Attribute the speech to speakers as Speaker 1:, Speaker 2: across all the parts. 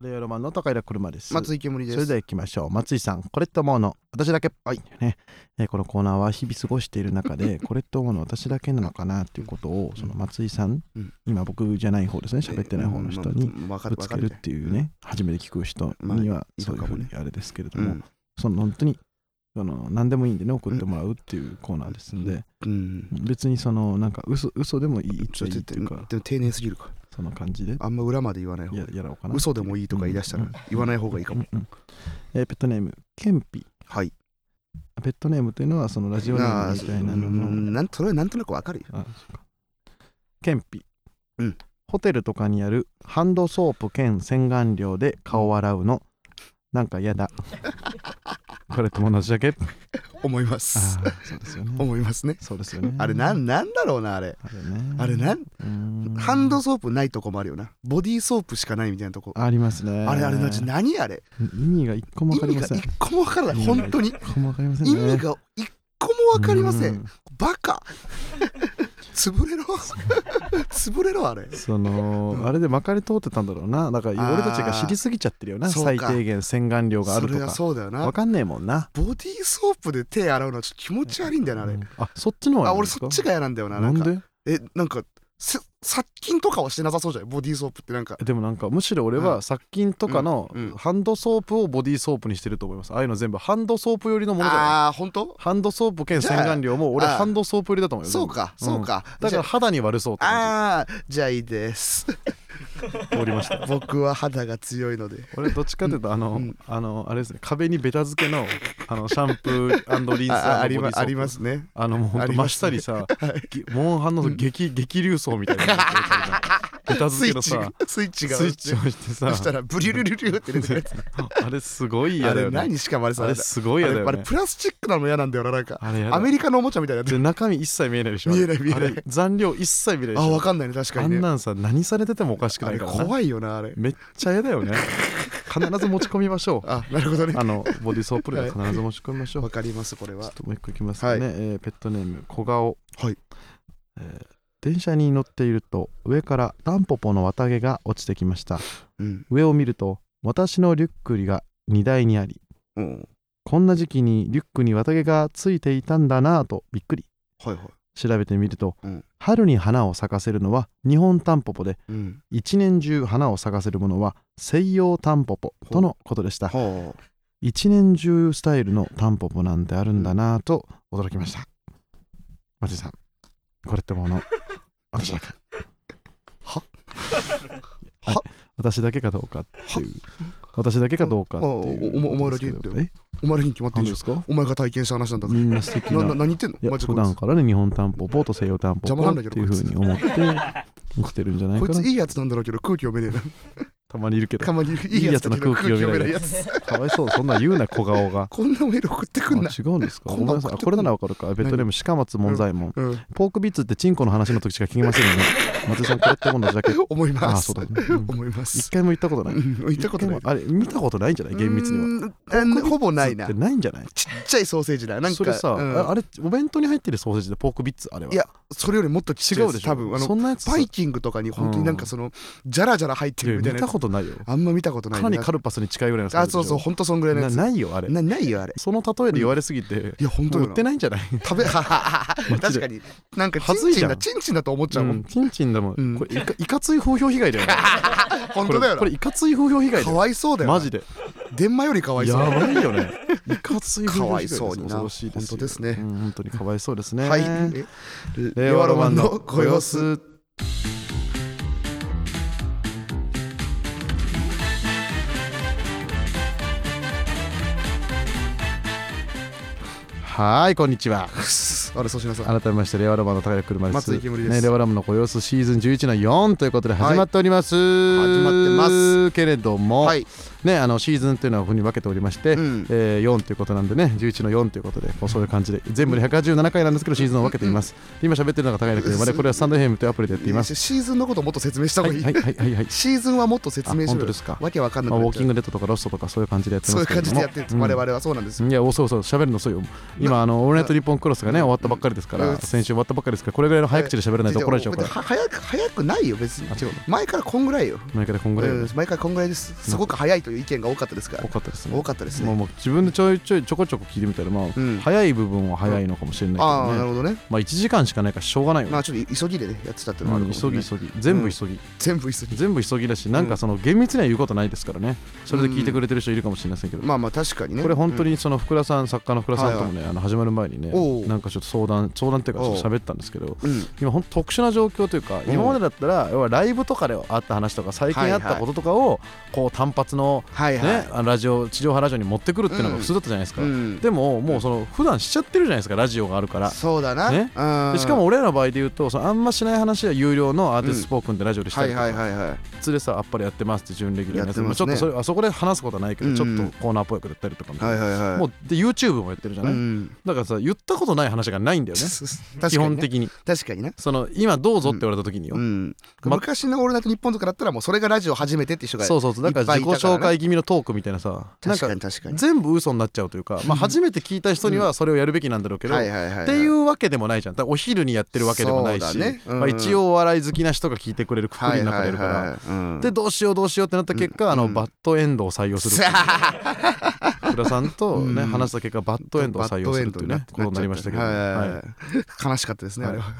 Speaker 1: 令和ロマンの高平車です。
Speaker 2: 松井煙です。
Speaker 1: それでは行きましょう。松井さん、これって思うの私だけ。
Speaker 2: はい
Speaker 1: ねえーこのコーナーは日々過ごしている中 で、これって思うの私だけなのかなっていうことを、その松井さん、
Speaker 2: うん
Speaker 1: 今僕じゃない方ですね、喋ってない方の人に
Speaker 2: うんまあわか
Speaker 1: ぶつけるっていう。ね、初めて聞く人
Speaker 2: まあ
Speaker 1: には
Speaker 2: る
Speaker 1: そういう
Speaker 2: か
Speaker 1: ふ
Speaker 2: も
Speaker 1: う
Speaker 2: ね
Speaker 1: にあれですけれど
Speaker 2: わかる
Speaker 1: も、
Speaker 2: ね
Speaker 1: その本当にその何でもいいんでね、送ってもらうっていうコーナーですんで、
Speaker 2: うん。うん。
Speaker 1: 別にそのなんか嘘嘘でもいいっち
Speaker 2: ち
Speaker 1: ゃ
Speaker 2: ょ
Speaker 1: い
Speaker 2: っ
Speaker 1: いって
Speaker 2: と
Speaker 1: いうか、
Speaker 2: でも丁寧すぎるか。
Speaker 1: その感じで
Speaker 2: あんま裏まで言わない方が
Speaker 1: や
Speaker 2: いい。
Speaker 1: やろうかな。
Speaker 2: 嘘でもいいとか言い出したら
Speaker 1: うん
Speaker 2: 言わない方がいいかも。
Speaker 1: うんうんえーペットネーム、ケンピ。
Speaker 2: はい。
Speaker 1: ペットネームというのはそのラジオネームみたいなの
Speaker 2: う
Speaker 1: の
Speaker 2: んなんそれはなんとなくわかるよ。
Speaker 1: あそうかケンピ、
Speaker 2: うん
Speaker 1: ホテルとかにあるハンドソープ兼洗顔料で顔洗うのなんか 嫌だこれ友達だけあ
Speaker 2: 思います。
Speaker 1: ーそうですよね
Speaker 2: 思いますね。
Speaker 1: そうですよね
Speaker 2: あれなんなんだろうなあれ。
Speaker 1: あれね
Speaker 2: あれなん
Speaker 1: うーん
Speaker 2: ハンドソープないとこもあるよな。ボディーソープしかないみたいなとこ。
Speaker 1: ありますね
Speaker 2: あれあれな何あれ
Speaker 1: 意味が一個もわ
Speaker 2: 意
Speaker 1: かり
Speaker 2: 味
Speaker 1: ませ
Speaker 2: が
Speaker 1: ん
Speaker 2: 一個もわからない。本当に
Speaker 1: 一。個もわかりませんね
Speaker 2: 意味が一個もわかりませ。
Speaker 1: うん
Speaker 2: バカ潰れろ潰れろあれ
Speaker 1: その、あれでまかり通ってたんだろうなだから俺たちが知りすぎちゃってるよな
Speaker 2: あーそう
Speaker 1: 最
Speaker 2: か
Speaker 1: 低限洗顔料があ
Speaker 2: そ
Speaker 1: ると
Speaker 2: れは
Speaker 1: か
Speaker 2: そうだよな
Speaker 1: わかんねえもんな
Speaker 2: ボディーソープで手洗うのはちょっと気持ち悪いんだよなあれ
Speaker 1: うんあそっちの方が
Speaker 2: あ俺そっちが嫌なんだよな
Speaker 1: な
Speaker 2: なん
Speaker 1: ん
Speaker 2: か
Speaker 1: で
Speaker 2: えなんかせ殺菌とかはしてなさそうじゃないボディーソープってなんか
Speaker 1: でもなんかむしろ俺
Speaker 2: う
Speaker 1: は殺菌とかの
Speaker 2: うんうん
Speaker 1: ハンドソープをボディーソープにしてると思いますああいうの全部ハンドソープ寄りのものじゃない
Speaker 2: ああー本当
Speaker 1: ハンドソープ兼洗顔料も俺
Speaker 2: じゃあ
Speaker 1: ハンドソープ寄りだと思うよ
Speaker 2: そうか
Speaker 1: 全部
Speaker 2: そ
Speaker 1: ん
Speaker 2: うか
Speaker 1: だから肌に悪そうって感
Speaker 2: ああーじゃあいいです
Speaker 1: じ通りました
Speaker 2: 僕は肌が強いので
Speaker 1: 俺どっちかっていうとあの、
Speaker 2: うん
Speaker 1: あのあれですね壁にベタ付けのあのシャンプーリンス
Speaker 2: ああ
Speaker 1: ボデ
Speaker 2: り
Speaker 1: ィーソー
Speaker 2: ま
Speaker 1: プ
Speaker 2: ありますね
Speaker 1: あのもうほん
Speaker 2: あ
Speaker 1: と
Speaker 2: り
Speaker 1: 真
Speaker 2: ます
Speaker 1: 下にさ、ぎモンハンの激、激流層みたいなのが置いてあるじゃ んベタ
Speaker 2: ス
Speaker 1: 付
Speaker 2: イ
Speaker 1: けの
Speaker 2: ッチ
Speaker 1: さ
Speaker 2: スイッチが
Speaker 1: スイッチをしてさ
Speaker 2: そしたらブリュルルルルって出てくるやつ
Speaker 1: あれすご い
Speaker 2: あ
Speaker 1: 嫌だ
Speaker 2: れ
Speaker 1: よね
Speaker 2: 何しかもあれさ
Speaker 1: あれすごい
Speaker 2: あ
Speaker 1: やだ
Speaker 2: れ
Speaker 1: よ
Speaker 2: あれ
Speaker 1: ね。
Speaker 2: プラスチックなの嫌なんだよななんか
Speaker 1: あれやだ
Speaker 2: アメリカのおもちゃみたいなやつ
Speaker 1: で中身一切見えないでしょ。
Speaker 2: 見えない見えない
Speaker 1: あれ残量一切見えないで
Speaker 2: あ
Speaker 1: しょ。
Speaker 2: 分かんないね確か
Speaker 1: あ
Speaker 2: に
Speaker 1: ん
Speaker 2: ね
Speaker 1: なんさ何されててもおかしく
Speaker 2: あ
Speaker 1: ない
Speaker 2: れ
Speaker 1: からな。
Speaker 2: 怖いよなあれ
Speaker 1: めっちゃ嫌だよね。必ず持ち込みましょう。
Speaker 2: あなるほどね
Speaker 1: あのボディーソープで必ず持ち込みましょう。
Speaker 2: わかりますこれ
Speaker 1: ちょ
Speaker 2: は
Speaker 1: っともう一個いきますね。
Speaker 2: は
Speaker 1: えーペットネーム小顔。
Speaker 2: はい
Speaker 1: えー電車に乗っていると上からタンポポの綿毛が落ちてきました。
Speaker 2: うん
Speaker 1: 上を見ると私のリュックが荷台にあり、
Speaker 2: うん
Speaker 1: こんな時期にリュックに綿毛がついていたんだなぁとびっくり。
Speaker 2: はいはい
Speaker 1: 調べてみると、
Speaker 2: うん
Speaker 1: 春に花を咲かせるのは日本タンポポで
Speaker 2: うん
Speaker 1: 一年中花を咲かせるものは西洋タンポポとのことでした
Speaker 2: はあ
Speaker 1: 一年中スタイルのタンポポなんてあるんだなぁと驚きました松井さんこれって もの私だけ
Speaker 2: は
Speaker 1: あ
Speaker 2: は
Speaker 1: 私だけかどうかっていう私だけかどうかっていう
Speaker 2: おおおお前だけだよ
Speaker 1: え
Speaker 2: お前に決まって
Speaker 1: 何で
Speaker 2: んじゃん
Speaker 1: すか
Speaker 2: お前が体験した話なんだぞ
Speaker 1: みんな素敵
Speaker 2: なな
Speaker 1: な
Speaker 2: 何言ってんの
Speaker 1: いや
Speaker 2: マジで
Speaker 1: 普
Speaker 2: こ
Speaker 1: 段
Speaker 2: い
Speaker 1: からね日本タンポポと西洋タンポポ
Speaker 2: 邪魔な
Speaker 1: っ
Speaker 2: んだけ
Speaker 1: て
Speaker 2: ど
Speaker 1: いうふうに思って生きてるんじゃない
Speaker 2: つこ
Speaker 1: か
Speaker 2: い
Speaker 1: な
Speaker 2: ついいやつなんだろうけど空気読めねえな
Speaker 1: たまにいるけど
Speaker 2: たまにいいやつだけど空気読めないやつ
Speaker 1: かわいそうそんな言うな小顔が
Speaker 2: こんなメール送って
Speaker 1: あ
Speaker 2: くんな
Speaker 1: 違うんですか
Speaker 2: こ
Speaker 1: ご
Speaker 2: んな
Speaker 1: めんなさいあこれならわかるかベッドネーム鹿松門左衛門
Speaker 2: うん
Speaker 1: ポークビッツってチンコの話の時しか聞きませんよ ね松井さんこれってもんだけ
Speaker 2: 思い
Speaker 1: あ
Speaker 2: ま
Speaker 1: あそ
Speaker 2: す
Speaker 1: うだねうん
Speaker 2: 思います
Speaker 1: 一回も言ったことない
Speaker 2: うん言ったことない
Speaker 1: 一回もあれ見たことないんじゃない厳密には
Speaker 2: にはほぼないな
Speaker 1: ってないんじゃない
Speaker 2: ちっちゃいソーセージだよなんか
Speaker 1: それさ
Speaker 2: うん
Speaker 1: ああれお弁当に入ってるソーセージでポークビッツあれはい
Speaker 2: やそれよりもっとちっちゃ
Speaker 1: 違
Speaker 2: いうや
Speaker 1: で
Speaker 2: つ
Speaker 1: しょ
Speaker 2: 多分あの
Speaker 1: そんなやつ
Speaker 2: バイキングとかに本当になんかそのじゃらじゃら入って
Speaker 1: いや
Speaker 2: るみたい
Speaker 1: 見
Speaker 2: な
Speaker 1: た
Speaker 2: やつ
Speaker 1: ことないよ
Speaker 2: あんま見たことない
Speaker 1: かなりカルパスに近いぐらいの
Speaker 2: あそうそう本当そんぐらいのや
Speaker 1: な
Speaker 2: つ
Speaker 1: ないよあれ
Speaker 2: なないよあれ
Speaker 1: その例えで言われすぎて
Speaker 2: いや本当
Speaker 1: もう売っ
Speaker 2: よな
Speaker 1: てないんじゃない
Speaker 2: 食べ確かになんかチンチンだ
Speaker 1: 恥
Speaker 2: チンチンだと思っちゃうも
Speaker 1: うん
Speaker 2: ん
Speaker 1: チンチンだもん、
Speaker 2: うん
Speaker 1: これいかいかつい風評被害だよね
Speaker 2: 本
Speaker 1: こ
Speaker 2: 当だ
Speaker 1: れ
Speaker 2: よ
Speaker 1: これいかつい風評被害
Speaker 2: な
Speaker 1: だ
Speaker 2: か
Speaker 1: よ
Speaker 2: わいそうだよな
Speaker 1: マジで
Speaker 2: 電話よりかわい
Speaker 1: や
Speaker 2: そう
Speaker 1: ばいよねいかつい風評
Speaker 2: か
Speaker 1: 被
Speaker 2: わ
Speaker 1: 害で
Speaker 2: い
Speaker 1: す
Speaker 2: そうにな
Speaker 1: 恐ろしいですよ
Speaker 2: 本当ですね
Speaker 1: うん本当にかわいそうですね
Speaker 2: はい
Speaker 1: 令和ロマンのご様子はいこんにちは
Speaker 2: あれそうしなさい
Speaker 1: 改めまして令和ロマンの高橋車です
Speaker 2: 松井煙です
Speaker 1: ね、令和ロマンのご様子シーズン11の4ということで始まっております、
Speaker 2: い始まってます
Speaker 1: けれども、
Speaker 2: はい
Speaker 1: ね、あのシーズンっていうのはここに分けておりまして、
Speaker 2: うん
Speaker 1: えー4ということなんでね11の4ということでこうそういう感じで全部で187回なんですけどシーズンを分けています今喋ってるのが高柳車でこれはスタンドヘムというアプリでやっています
Speaker 2: シーズンのこともっと説明した
Speaker 1: は
Speaker 2: 方
Speaker 1: い
Speaker 2: がいい、
Speaker 1: はいはいはいはい
Speaker 2: シーズンはもっと説明
Speaker 1: あ
Speaker 2: し
Speaker 1: 本当
Speaker 2: ろよ
Speaker 1: ですか
Speaker 2: わけわかんな
Speaker 1: まあ、
Speaker 2: く
Speaker 1: ウ
Speaker 2: な
Speaker 1: ォ
Speaker 2: っ
Speaker 1: ーキ
Speaker 2: ちゃう
Speaker 1: ングデッドとかロストとかそういう感じでやってま
Speaker 2: そういう
Speaker 1: すけれど
Speaker 2: 感じ
Speaker 1: も
Speaker 2: でやって
Speaker 1: う
Speaker 2: る、
Speaker 1: ん
Speaker 2: 我々はそうなんですよ
Speaker 1: いやおそうそう喋るのそうよ今あの「オールナイトニッポンクロス」がね終わったばっかりですか
Speaker 2: うん
Speaker 1: ら先週終わったばっかりですからこれぐらいの早口で喋らないと怒られちゃうから
Speaker 2: は早く早くないよ別に
Speaker 1: あ違う
Speaker 2: 前からこんぐらいよ
Speaker 1: 毎回こんぐらい
Speaker 2: うん毎回こんぐらいですすごく早いという意見が多かったですから
Speaker 1: 多かったですね
Speaker 2: 多かったです
Speaker 1: まあ
Speaker 2: ね
Speaker 1: もう自分でちょいちょいちょこちょこ聞いてみたらまあ、
Speaker 2: うん
Speaker 1: 早い部分は早いのかもしれないけ
Speaker 2: ああ
Speaker 1: ど
Speaker 2: な
Speaker 1: ね
Speaker 2: るほどね
Speaker 1: まあ1時間しかないからしょうがないよね、
Speaker 2: まあちょっと急ぎでねやってたっていうのはあ
Speaker 1: う
Speaker 2: る
Speaker 1: ん
Speaker 2: かもしれ
Speaker 1: 急
Speaker 2: ない
Speaker 1: ぎ急ぎ全部急ぎ、
Speaker 2: 全部急ぎ
Speaker 1: 全部急ぎだしなんかその厳密には言うことないですからねそれで聞いてくれてる人いるかもしれませんけど、
Speaker 2: まあまあ確かにね
Speaker 1: これ本当にその福田さん、作家の福田さんともね、あの始まる前にね
Speaker 2: おう
Speaker 1: なんかちょっと相談相談っていうかちょっと
Speaker 2: お
Speaker 1: 喋ったんですけど
Speaker 2: うんうん
Speaker 1: 今本当特殊な状況というか
Speaker 2: ん
Speaker 1: 今までだったら要はライブとかであった話とか最近あったこととかをこう単発の
Speaker 2: はいはい、
Speaker 1: ねあのラジオ地上波ラジオに持ってくるっていうのが普通だったじゃないですか
Speaker 2: うん
Speaker 1: でももうその普段しちゃってるじゃないですかラジオがあるから
Speaker 2: そうだな、
Speaker 1: ね
Speaker 2: う
Speaker 1: で
Speaker 2: ん
Speaker 1: しかも俺らの場合で言うとそのあんましない話は有料のアーティストスポークンでラジオでした
Speaker 2: は
Speaker 1: り
Speaker 2: い
Speaker 1: とか
Speaker 2: はいはいはい
Speaker 1: 普通でさあっぱれやってますって準レギュラーのやつ
Speaker 2: やってますね
Speaker 1: ちょっとそれあそこで話すことはないけ
Speaker 2: う
Speaker 1: ど
Speaker 2: ん
Speaker 1: ちょっとコーナーっぽいことやったりとかも
Speaker 2: はいはいはい
Speaker 1: もうで YouTube もやってるじゃ
Speaker 2: う
Speaker 1: ない
Speaker 2: ん、
Speaker 1: だからさ言ったことない話がないんだよね
Speaker 2: 確かにね
Speaker 1: 基本的に
Speaker 2: 確かにね
Speaker 1: その今どうぞって言われた時によ
Speaker 2: うん、
Speaker 1: ま
Speaker 2: 昔の「オールナイトニッポン」とかだったらもうそれがラジオ初めてって人が
Speaker 1: そうそうそうだから
Speaker 2: いっぱ
Speaker 1: 自
Speaker 2: いい
Speaker 1: 己
Speaker 2: たから
Speaker 1: 紹
Speaker 2: ね
Speaker 1: 介気味のトークみたいなさなん
Speaker 2: 確か
Speaker 1: か
Speaker 2: に確かに
Speaker 1: 全部嘘になっちゃうというかまあ初めて聞いた人にはそれをやるべきなんだろうけど
Speaker 2: はいはいはい、はい、
Speaker 1: っていうわけでもないじゃんだからお昼にやってるわけでもない
Speaker 2: そう
Speaker 1: し、
Speaker 2: だねうん
Speaker 1: まあ、一応お笑い好きな人が聞いてくれるくく
Speaker 2: は
Speaker 1: り
Speaker 2: い
Speaker 1: になって
Speaker 2: はい
Speaker 1: るから、
Speaker 2: はいうん
Speaker 1: でどうしようどうしようってなった結果、あのバッドエンドを採用するっていう福田さん と、ね話した結果バッドエンドを採用するっていうねことになりましたけど、
Speaker 2: はいはいはい
Speaker 1: はい
Speaker 2: 悲しかったですね、
Speaker 1: はい
Speaker 2: あれは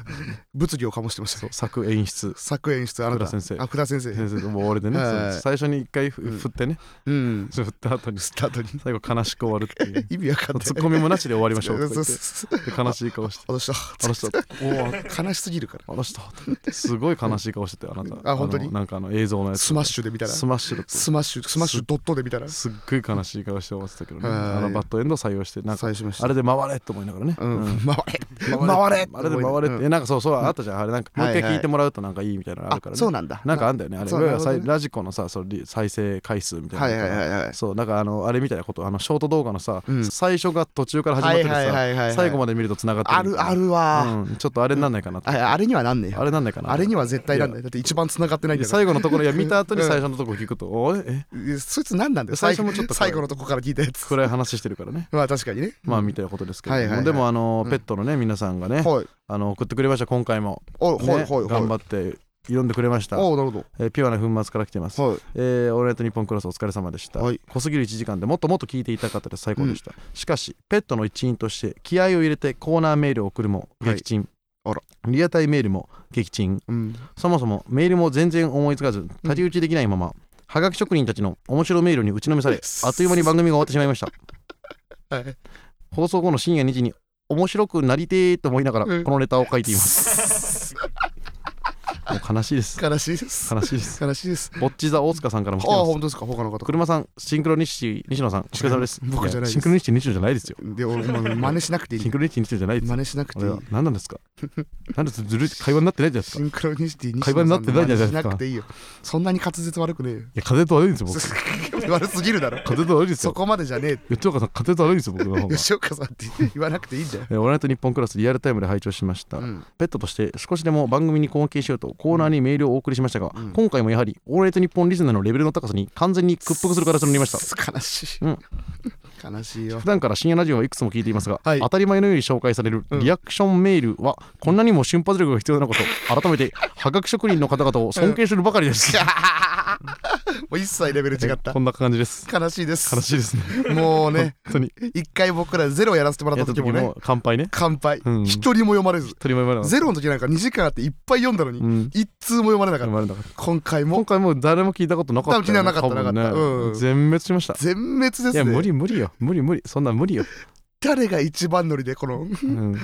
Speaker 2: 物議を醸してました
Speaker 1: そう
Speaker 2: ね
Speaker 1: 作演出
Speaker 2: 作演出あな
Speaker 1: 福
Speaker 2: た
Speaker 1: 田先生
Speaker 2: あ福田先生
Speaker 1: 先生ともう俺でね、
Speaker 2: はい
Speaker 1: その最初に一回ふ振ってね、
Speaker 2: うん
Speaker 1: 振った後に
Speaker 2: スタートに
Speaker 1: 最後悲しく終わるっていう
Speaker 2: 意味わ かんない
Speaker 1: ツッコミもなしで終わりましょうとか言っ
Speaker 2: そう
Speaker 1: て
Speaker 2: そうそう
Speaker 1: で悲しい顔 して
Speaker 2: あの人
Speaker 1: あの人おお
Speaker 2: 悲しすぎるから
Speaker 1: あの人と思ってすごい悲しい顔しててあなた
Speaker 2: あ本当に
Speaker 1: のなんかあの映像のやつ
Speaker 2: スマッシュで見たら
Speaker 1: スマッシュだった
Speaker 2: スマッシュスマッシュドットで見たら
Speaker 1: すっごい悲しい顔して終わってたけどね、
Speaker 2: はい
Speaker 1: あのバッドエンド採用してなんか
Speaker 2: 採しました
Speaker 1: あれで回れと思いながらね、
Speaker 2: うん
Speaker 1: うん
Speaker 2: 回れ回れ
Speaker 1: あれで回れって、
Speaker 2: うん
Speaker 1: えなんかそうそうあったじゃんあれなんかもう一
Speaker 2: は
Speaker 1: 回
Speaker 2: いはい
Speaker 1: 聞いてもらうとなんかいいみたいなのあ
Speaker 2: あ
Speaker 1: るからね、
Speaker 2: そうなんだ
Speaker 1: なんかあんだよねあれ
Speaker 2: そう
Speaker 1: いわゆ
Speaker 2: なる
Speaker 1: る
Speaker 2: ほどね
Speaker 1: 再ラジコのさそのリ再生回数みたいな
Speaker 2: はいはいはいはい
Speaker 1: そうなんかあのあれみたいなことあのショート動画のさ、
Speaker 2: うん
Speaker 1: 最初が途中から始まっててさ、
Speaker 2: はいはいはいはいはい
Speaker 1: 最後まで見るとつながって
Speaker 2: あ
Speaker 1: みたい
Speaker 2: る
Speaker 1: な
Speaker 2: あるわ
Speaker 1: うん、ちょっとあれになんないかなと、
Speaker 2: ああれにはなんねえよ
Speaker 1: あれなんないかな
Speaker 2: あれには絶対なんないだって一番繋がってないんだから
Speaker 1: 最後のとこ ろいや見た後に最初のところ聞くと、おいえ
Speaker 2: いやそいつ何なんだよ
Speaker 1: 最初もちょっと
Speaker 2: 最後のとこから聞いたやつ
Speaker 1: 暗い話してるからね
Speaker 2: まあ確かにね
Speaker 1: まあみたいなことですけど、
Speaker 2: はいはいはい
Speaker 1: でもあのペットのね皆さんがね、
Speaker 2: はい
Speaker 1: あの送ってくれました今回も、
Speaker 2: おはい
Speaker 1: ね
Speaker 2: はいはい
Speaker 1: 頑張って読んでくれました、
Speaker 2: おなるほ
Speaker 1: えーピュアな粉末から来てます、
Speaker 2: どはい
Speaker 1: えーオールナイトニッポンクロスお疲れ様でした、
Speaker 2: はい
Speaker 1: 濃すぎる1時間でもっともっと聞いていたかったです最高でした、しかしペットの一員として気合を入れてコーナーメールを送るも
Speaker 2: はい
Speaker 1: 撃沈、
Speaker 2: あら
Speaker 1: リアタイメールも撃沈
Speaker 2: うん
Speaker 1: そもそもメールも全然思いつかず太刀打ちできないまま、はがき職人たちの面白メールに打ちのめされあっという間に番組が終わってしまいました
Speaker 2: はい
Speaker 1: 放送後の深夜2時に面白くなりてーと思いながら
Speaker 2: うん
Speaker 1: このネタを書いています、もう悲しいです
Speaker 2: 悲しいです
Speaker 1: 悲しいです
Speaker 2: 悲しいです
Speaker 1: ぼっち座大塚さんから
Speaker 2: あ
Speaker 1: も来てます
Speaker 2: 本当ですか他の方
Speaker 1: 車さんシンクロニシティ西野さんお疲れ様です
Speaker 2: 僕じゃない
Speaker 1: や
Speaker 2: です
Speaker 1: シンクロニシティ西野じゃないですよ
Speaker 2: で俺ま真似しなくてい
Speaker 1: シン
Speaker 2: い
Speaker 1: クロニシティ西野じゃないです
Speaker 2: 真似しなくて
Speaker 1: あ
Speaker 2: い
Speaker 1: れ
Speaker 2: い
Speaker 1: は何なんです かなんでずるい会話になってないじゃないです
Speaker 2: シ
Speaker 1: かい
Speaker 2: ンクロニシティに
Speaker 1: 会話になってないじゃないですか
Speaker 2: しなくていいよそんなに滑舌悪くね えよ
Speaker 1: や風と悪いんですよ僕
Speaker 2: 悪すぎるだろ
Speaker 1: 風と悪いです
Speaker 2: そ
Speaker 1: よ
Speaker 2: こまでじゃねえ
Speaker 1: 吉岡さん風と悪いですよ僕の方が
Speaker 2: 吉岡さんって言わなくていいんだよ
Speaker 1: えーオールナイトニッポンクラスリアルタイムで拝聴しました、
Speaker 2: うん
Speaker 1: ペットとして少しでも番組に貢献しようとコーナーにメールをお送りしましたが、
Speaker 2: うん
Speaker 1: 今回もやはりオールナイトニッポンリスナーのレベルの高さに完全に屈服する形となりました
Speaker 2: 悲しい
Speaker 1: うん
Speaker 2: 悲しいよ
Speaker 1: 普段から深夜ラジオはいくつも聞いていますが、
Speaker 2: はい
Speaker 1: 当たり前のように紹介される
Speaker 2: うん
Speaker 1: リアクションメールはこんなにも瞬発力が必要なこと改めて破格職人の方々を尊敬するばかり です、
Speaker 2: もう一切レベル違った
Speaker 1: こんな感じです
Speaker 2: 悲しいです
Speaker 1: 悲しいですね
Speaker 2: もう ね
Speaker 1: 本当に
Speaker 2: 一回僕らゼロ やらせてもら
Speaker 1: や
Speaker 2: っ
Speaker 1: ったた
Speaker 2: 時
Speaker 1: 時
Speaker 2: もね
Speaker 1: も乾杯ね
Speaker 2: 乾杯
Speaker 1: うん
Speaker 2: 一人も読まれず
Speaker 1: 当たり前までな
Speaker 2: ゼロの時なんか2時間あっていっぱい読んだの
Speaker 1: う
Speaker 2: に
Speaker 1: ん
Speaker 2: 一通も読まれなか
Speaker 1: 生
Speaker 2: っ
Speaker 1: ま
Speaker 2: た
Speaker 1: れなかった
Speaker 2: 今回
Speaker 1: 今
Speaker 2: も
Speaker 1: 回もう誰も聞いたことなかったよね、
Speaker 2: 多分聞いたなかった
Speaker 1: 多分
Speaker 2: なかったうん
Speaker 1: 全滅しました
Speaker 2: 全滅です
Speaker 1: いや無
Speaker 2: ね
Speaker 1: 理無理よ無理無理そんなん無理 よ、
Speaker 2: 誰が一番乗りで この
Speaker 1: うん、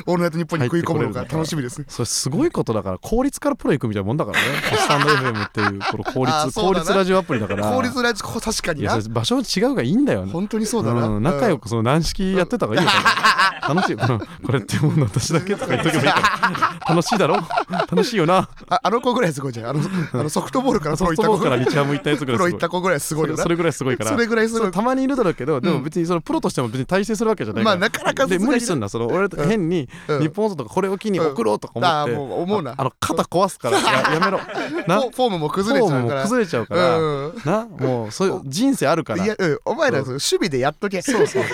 Speaker 2: オールナイトニッポンに食い込むのか
Speaker 1: 入ってこれるのか
Speaker 2: 楽しみですね
Speaker 1: それすごいことだから効率からプロ行くみたいなもんだからねスタンド FM っていうこの効
Speaker 2: あー
Speaker 1: 率
Speaker 2: そ
Speaker 1: 効
Speaker 2: うだな
Speaker 1: 率ラジオアプリだから
Speaker 2: 効率ライチ確か
Speaker 1: い
Speaker 2: に
Speaker 1: や
Speaker 2: な
Speaker 1: それ場所違うがいいんだよね
Speaker 2: 本当にそうだな、
Speaker 1: ん、仲良
Speaker 2: く
Speaker 1: くその軟式やってた方がいいよ、多分楽しい、うんこれってもの私だけとか言っとけばいいから 楽しいだろ楽しいよな
Speaker 2: ああの子ぐらいすごいじゃんあのあのソフトボールからプ
Speaker 1: ソ
Speaker 2: ロ
Speaker 1: フ
Speaker 2: 行
Speaker 1: トボ
Speaker 2: った
Speaker 1: ー
Speaker 2: 子
Speaker 1: ルから日ハム行ったやつぐ
Speaker 2: プ
Speaker 1: ら
Speaker 2: ロ
Speaker 1: い
Speaker 2: 行
Speaker 1: すごい
Speaker 2: った子ぐらいすご
Speaker 1: そ
Speaker 2: いよ
Speaker 1: れ
Speaker 2: な
Speaker 1: それぐらいすごいから
Speaker 2: それぐらいす
Speaker 1: そ
Speaker 2: ごいう
Speaker 1: たまにいるだろうけどでも別にそのプロとしても別に対戦するわけじゃないから、
Speaker 2: まあなかなか
Speaker 1: で
Speaker 2: 難しい
Speaker 1: 無理すんなその俺
Speaker 2: うん
Speaker 1: 変に
Speaker 2: うん
Speaker 1: 日本放送とかこれを機に送ろうとか思
Speaker 2: ああ
Speaker 1: って、
Speaker 2: もう思うな
Speaker 1: あの肩壊すからややめろな
Speaker 2: フォフォームも崩れちゃうから
Speaker 1: フォームも崩れちゃうから、
Speaker 2: うん
Speaker 1: なもうそういう人生あるから
Speaker 2: いや、うん、お前ら
Speaker 1: そう
Speaker 2: そう守備でやっとけ。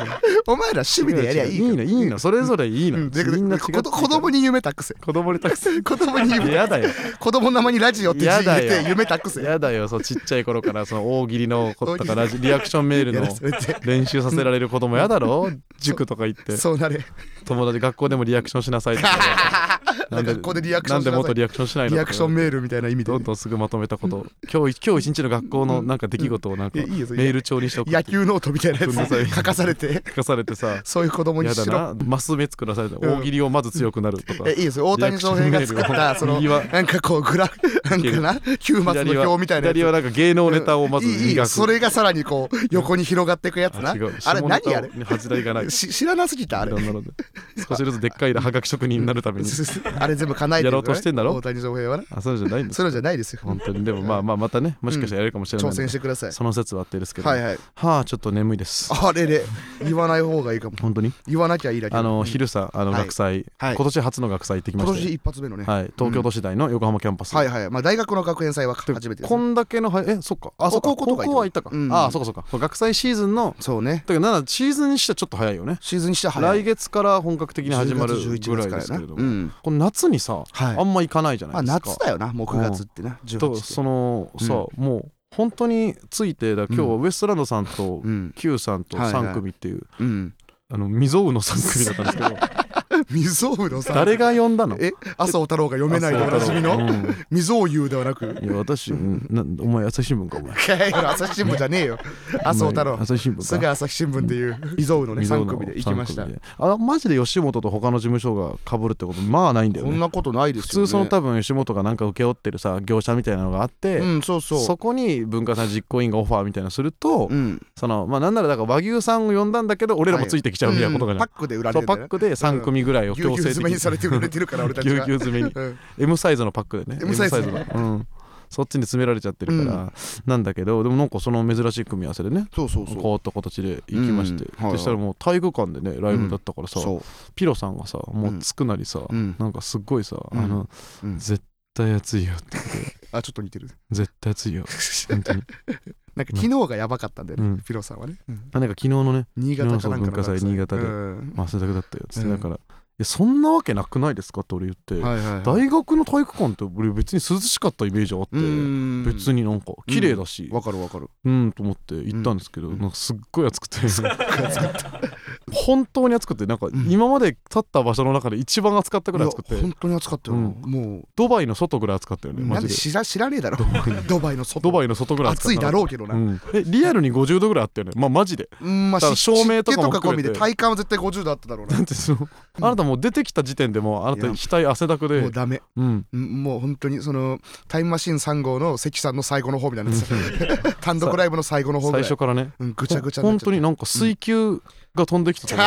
Speaker 2: お前ら守備でやりゃいいから。
Speaker 1: いのいいのそれぞれいいの、
Speaker 2: うん、だけど
Speaker 1: みんな違って
Speaker 2: こ子供に夢託せ。
Speaker 1: 子供にたくさん
Speaker 2: 子供に夢。
Speaker 1: やだ よ
Speaker 2: 子供の名前にラジオって字入
Speaker 1: や
Speaker 2: れ
Speaker 1: だよ
Speaker 2: て夢託せ。
Speaker 1: やだよそうちっちゃい頃からその大喜利のこととかラジリアクションメール
Speaker 2: やだ
Speaker 1: の
Speaker 2: それって
Speaker 1: 練習させられる子 供やだろ塾とか行って
Speaker 2: そうなれ。
Speaker 1: 友達学校でもリアクションしなさ いとか
Speaker 2: なんか学校でリアクションし
Speaker 1: なんで
Speaker 2: な
Speaker 1: もっと
Speaker 2: さい。
Speaker 1: リアクションしないの
Speaker 2: リアクションメールみたいな意味で
Speaker 1: ど。んどんすぐまとめたこと今日今日一日の学校のなんか出来事をなんか
Speaker 2: い
Speaker 1: メ
Speaker 2: やいいよそれ
Speaker 1: ール帳にしておく
Speaker 2: 野球ノートみたいな
Speaker 1: ごめんな
Speaker 2: や
Speaker 1: さい
Speaker 2: つ書かされて、
Speaker 1: 聞かされてさ
Speaker 2: そういう子供に
Speaker 1: やだ
Speaker 2: しろ。
Speaker 1: なマス目作らされて大喜利をまず強くなるとか
Speaker 2: えいいですよ大谷翔平が作っ
Speaker 1: リア
Speaker 2: た
Speaker 1: クシ
Speaker 2: そ
Speaker 1: ョン
Speaker 2: の
Speaker 1: メールを右は
Speaker 2: なんかこうグラなんかなヒューマスの表みたいなやつ
Speaker 1: 左はなんか芸能ネタをまず
Speaker 2: いいいい
Speaker 1: 磨く
Speaker 2: それがさらにこう横に広がっていくやつな
Speaker 1: あ違う
Speaker 2: あれ何あれ
Speaker 1: 下ネタを恥じらいが ない
Speaker 2: し知らなすぎたあれ
Speaker 1: いろんなので少しずつでっかいはがき職人になるために
Speaker 2: あれ全部叶えてる
Speaker 1: やろうとしてんだろ
Speaker 2: 大谷翔平はな
Speaker 1: あそうじゃないんです
Speaker 2: そういうのじゃないですよ
Speaker 1: 本当にでもまあまあまたねもしかしたらやれるかもしれない
Speaker 2: 挑
Speaker 1: ので、
Speaker 2: 戦してください
Speaker 1: その説はあってですけど、
Speaker 2: はいはい
Speaker 1: はあちょっと眠いです
Speaker 2: あれれ言わない方がいいかも
Speaker 1: 本当に
Speaker 2: 言わなきゃいいだけ
Speaker 1: あの昼さあの
Speaker 2: はい
Speaker 1: 学祭、
Speaker 2: はい
Speaker 1: 今年初の学祭行ってきま
Speaker 2: 今
Speaker 1: して
Speaker 2: 年一発目のねは
Speaker 1: はい、東京都市大の横浜キャンパス、
Speaker 2: いはいまあ大学の学園祭は初めてです
Speaker 1: こんだけのはえそっかあそっか
Speaker 2: 高校とか行った
Speaker 1: は行ったか、
Speaker 2: うん
Speaker 1: ああそっかそっかこれ学祭シーズンの
Speaker 2: そうね
Speaker 1: だからなんだシーズンにしてはちょっと早いよね、
Speaker 2: シーズンにしては早
Speaker 1: 来
Speaker 2: い
Speaker 1: 月から本格的に始まる
Speaker 2: 10月
Speaker 1: ぐらい
Speaker 2: 11
Speaker 1: ですけれ
Speaker 2: 月
Speaker 1: ど
Speaker 2: か
Speaker 1: も、
Speaker 2: らやなうん
Speaker 1: この夏にさ、
Speaker 2: はい
Speaker 1: あんま行かないじゃな
Speaker 2: ま
Speaker 1: い
Speaker 2: あ
Speaker 1: ですか、
Speaker 2: 夏だよな木月ってな18
Speaker 1: と
Speaker 2: って
Speaker 1: そのさ、
Speaker 2: う
Speaker 1: もう本当についてだ今日はウエストランドさんと
Speaker 2: うん
Speaker 1: Q さんと
Speaker 2: はいはい
Speaker 1: 3組っていう、
Speaker 2: うん
Speaker 1: あの未曾有の3組だったん ですけど
Speaker 2: 水尾のさ
Speaker 1: 誰が呼んだの
Speaker 2: え麻生太郎が読めないでおなじみ
Speaker 1: う
Speaker 2: の
Speaker 1: ん
Speaker 2: 水尾優ではなく
Speaker 1: いや私、うんなお前朝日新聞かお前
Speaker 2: いやいや朝日新聞じゃねえ よ麻生太
Speaker 1: お
Speaker 2: 郎
Speaker 1: 前朝日新聞か
Speaker 2: すぐ朝日新聞でいう未曾有のね
Speaker 1: 未曾有
Speaker 2: 3
Speaker 1: の
Speaker 2: 組で行きました
Speaker 1: 三組であマジで吉本と他の事務所が被るってことまあないんだよ
Speaker 2: こん
Speaker 1: ね
Speaker 2: なことないで
Speaker 1: 普
Speaker 2: すよね
Speaker 1: 通その多分吉本がなんか請け負ってるさ業者みたいなのがあって、
Speaker 2: うんそうそう
Speaker 1: そこに文化祭実行委員がオファーみたいなのすると、
Speaker 2: うん
Speaker 1: そのまあなんならだから和牛さんを呼んだんだけど俺らもついてきちゃうみたいなことが
Speaker 2: うん
Speaker 1: ね
Speaker 2: パックで売られ
Speaker 1: そ
Speaker 2: て
Speaker 1: う
Speaker 2: る
Speaker 1: パ
Speaker 2: んだよ
Speaker 1: ッ
Speaker 2: ね
Speaker 1: クで3組ぐらいを
Speaker 2: ぎゅう
Speaker 1: 強
Speaker 2: ぎゅう
Speaker 1: 制的
Speaker 2: 詰めにされて売れてるから俺たち
Speaker 1: ぎゅう
Speaker 2: が
Speaker 1: ぎゅう詰めに
Speaker 2: うん
Speaker 1: M サイズのパックでね
Speaker 2: M サイズの
Speaker 1: うんそっちに詰められちゃってるから、なんだけどでもなんかその珍しい組み合わせでね
Speaker 2: そうそう
Speaker 1: 変
Speaker 2: そう
Speaker 1: わった形で行きまして、
Speaker 2: うんはいはい
Speaker 1: そしたらもう体育館でねライブだったからさ、
Speaker 2: そ
Speaker 1: ピロさんがさもうつくなりさ、
Speaker 2: ううん
Speaker 1: なんかすっごいさ、
Speaker 2: うん
Speaker 1: あの
Speaker 2: うん
Speaker 1: 絶対熱いよって
Speaker 2: あちょっと似てる
Speaker 1: 絶対熱いよ本当に
Speaker 2: なんか昨日がやばかったんだ
Speaker 1: う
Speaker 2: よね
Speaker 1: ん
Speaker 2: ピロさんはねうん
Speaker 1: あなんか昨日のね
Speaker 2: 新潟かなんかの
Speaker 1: 昨日のそう文化祭新潟で
Speaker 2: うん
Speaker 1: まあ汗だくだったよっつって、
Speaker 2: うん
Speaker 1: だからいやそんなわけなくないですかって俺言って、
Speaker 2: はいはいはい
Speaker 1: 大学の体育館って俺別に涼しかったイメージあって、
Speaker 2: うん
Speaker 1: 別になんか綺麗だし、
Speaker 2: わかるわかる
Speaker 1: うん、と思って行ったんですけど、
Speaker 2: うん
Speaker 1: なんかすっごい暑くて 本当に暑くてなんか
Speaker 2: ん
Speaker 1: 今まで立った場所の中で一番暑かったぐらい暑くて
Speaker 2: いや本当に暑かったよ
Speaker 1: うん
Speaker 2: もう
Speaker 1: ドバイの外ぐらい暑かったよね
Speaker 2: な
Speaker 1: マ
Speaker 2: ん
Speaker 1: ジ
Speaker 2: で
Speaker 1: で
Speaker 2: 知ら知らねえだろドバイの外
Speaker 1: ドバイの外ぐらい
Speaker 2: 暑いだろうけど
Speaker 1: う
Speaker 2: な、
Speaker 1: ん、えリアルに50度ぐらいあったよねまあマジで
Speaker 2: うんまあ
Speaker 1: だから照明とかも
Speaker 2: 湿気とか込み
Speaker 1: 含
Speaker 2: で
Speaker 1: めて
Speaker 2: 体感は絶対50度あっただろうな
Speaker 1: だってそのあなたもう出てきた時点でもうあなた額汗だく
Speaker 2: も
Speaker 1: で
Speaker 2: うダメ
Speaker 1: うん
Speaker 2: うんもう本当にそのタイムマシーン3号の関さんの最後の方みた いなやつ単独ライブの最後の方ぐら
Speaker 1: 最
Speaker 2: い
Speaker 1: 初からね
Speaker 2: うん、ぐちゃぐちゃ
Speaker 1: 本当になんか水球が飛んできてたか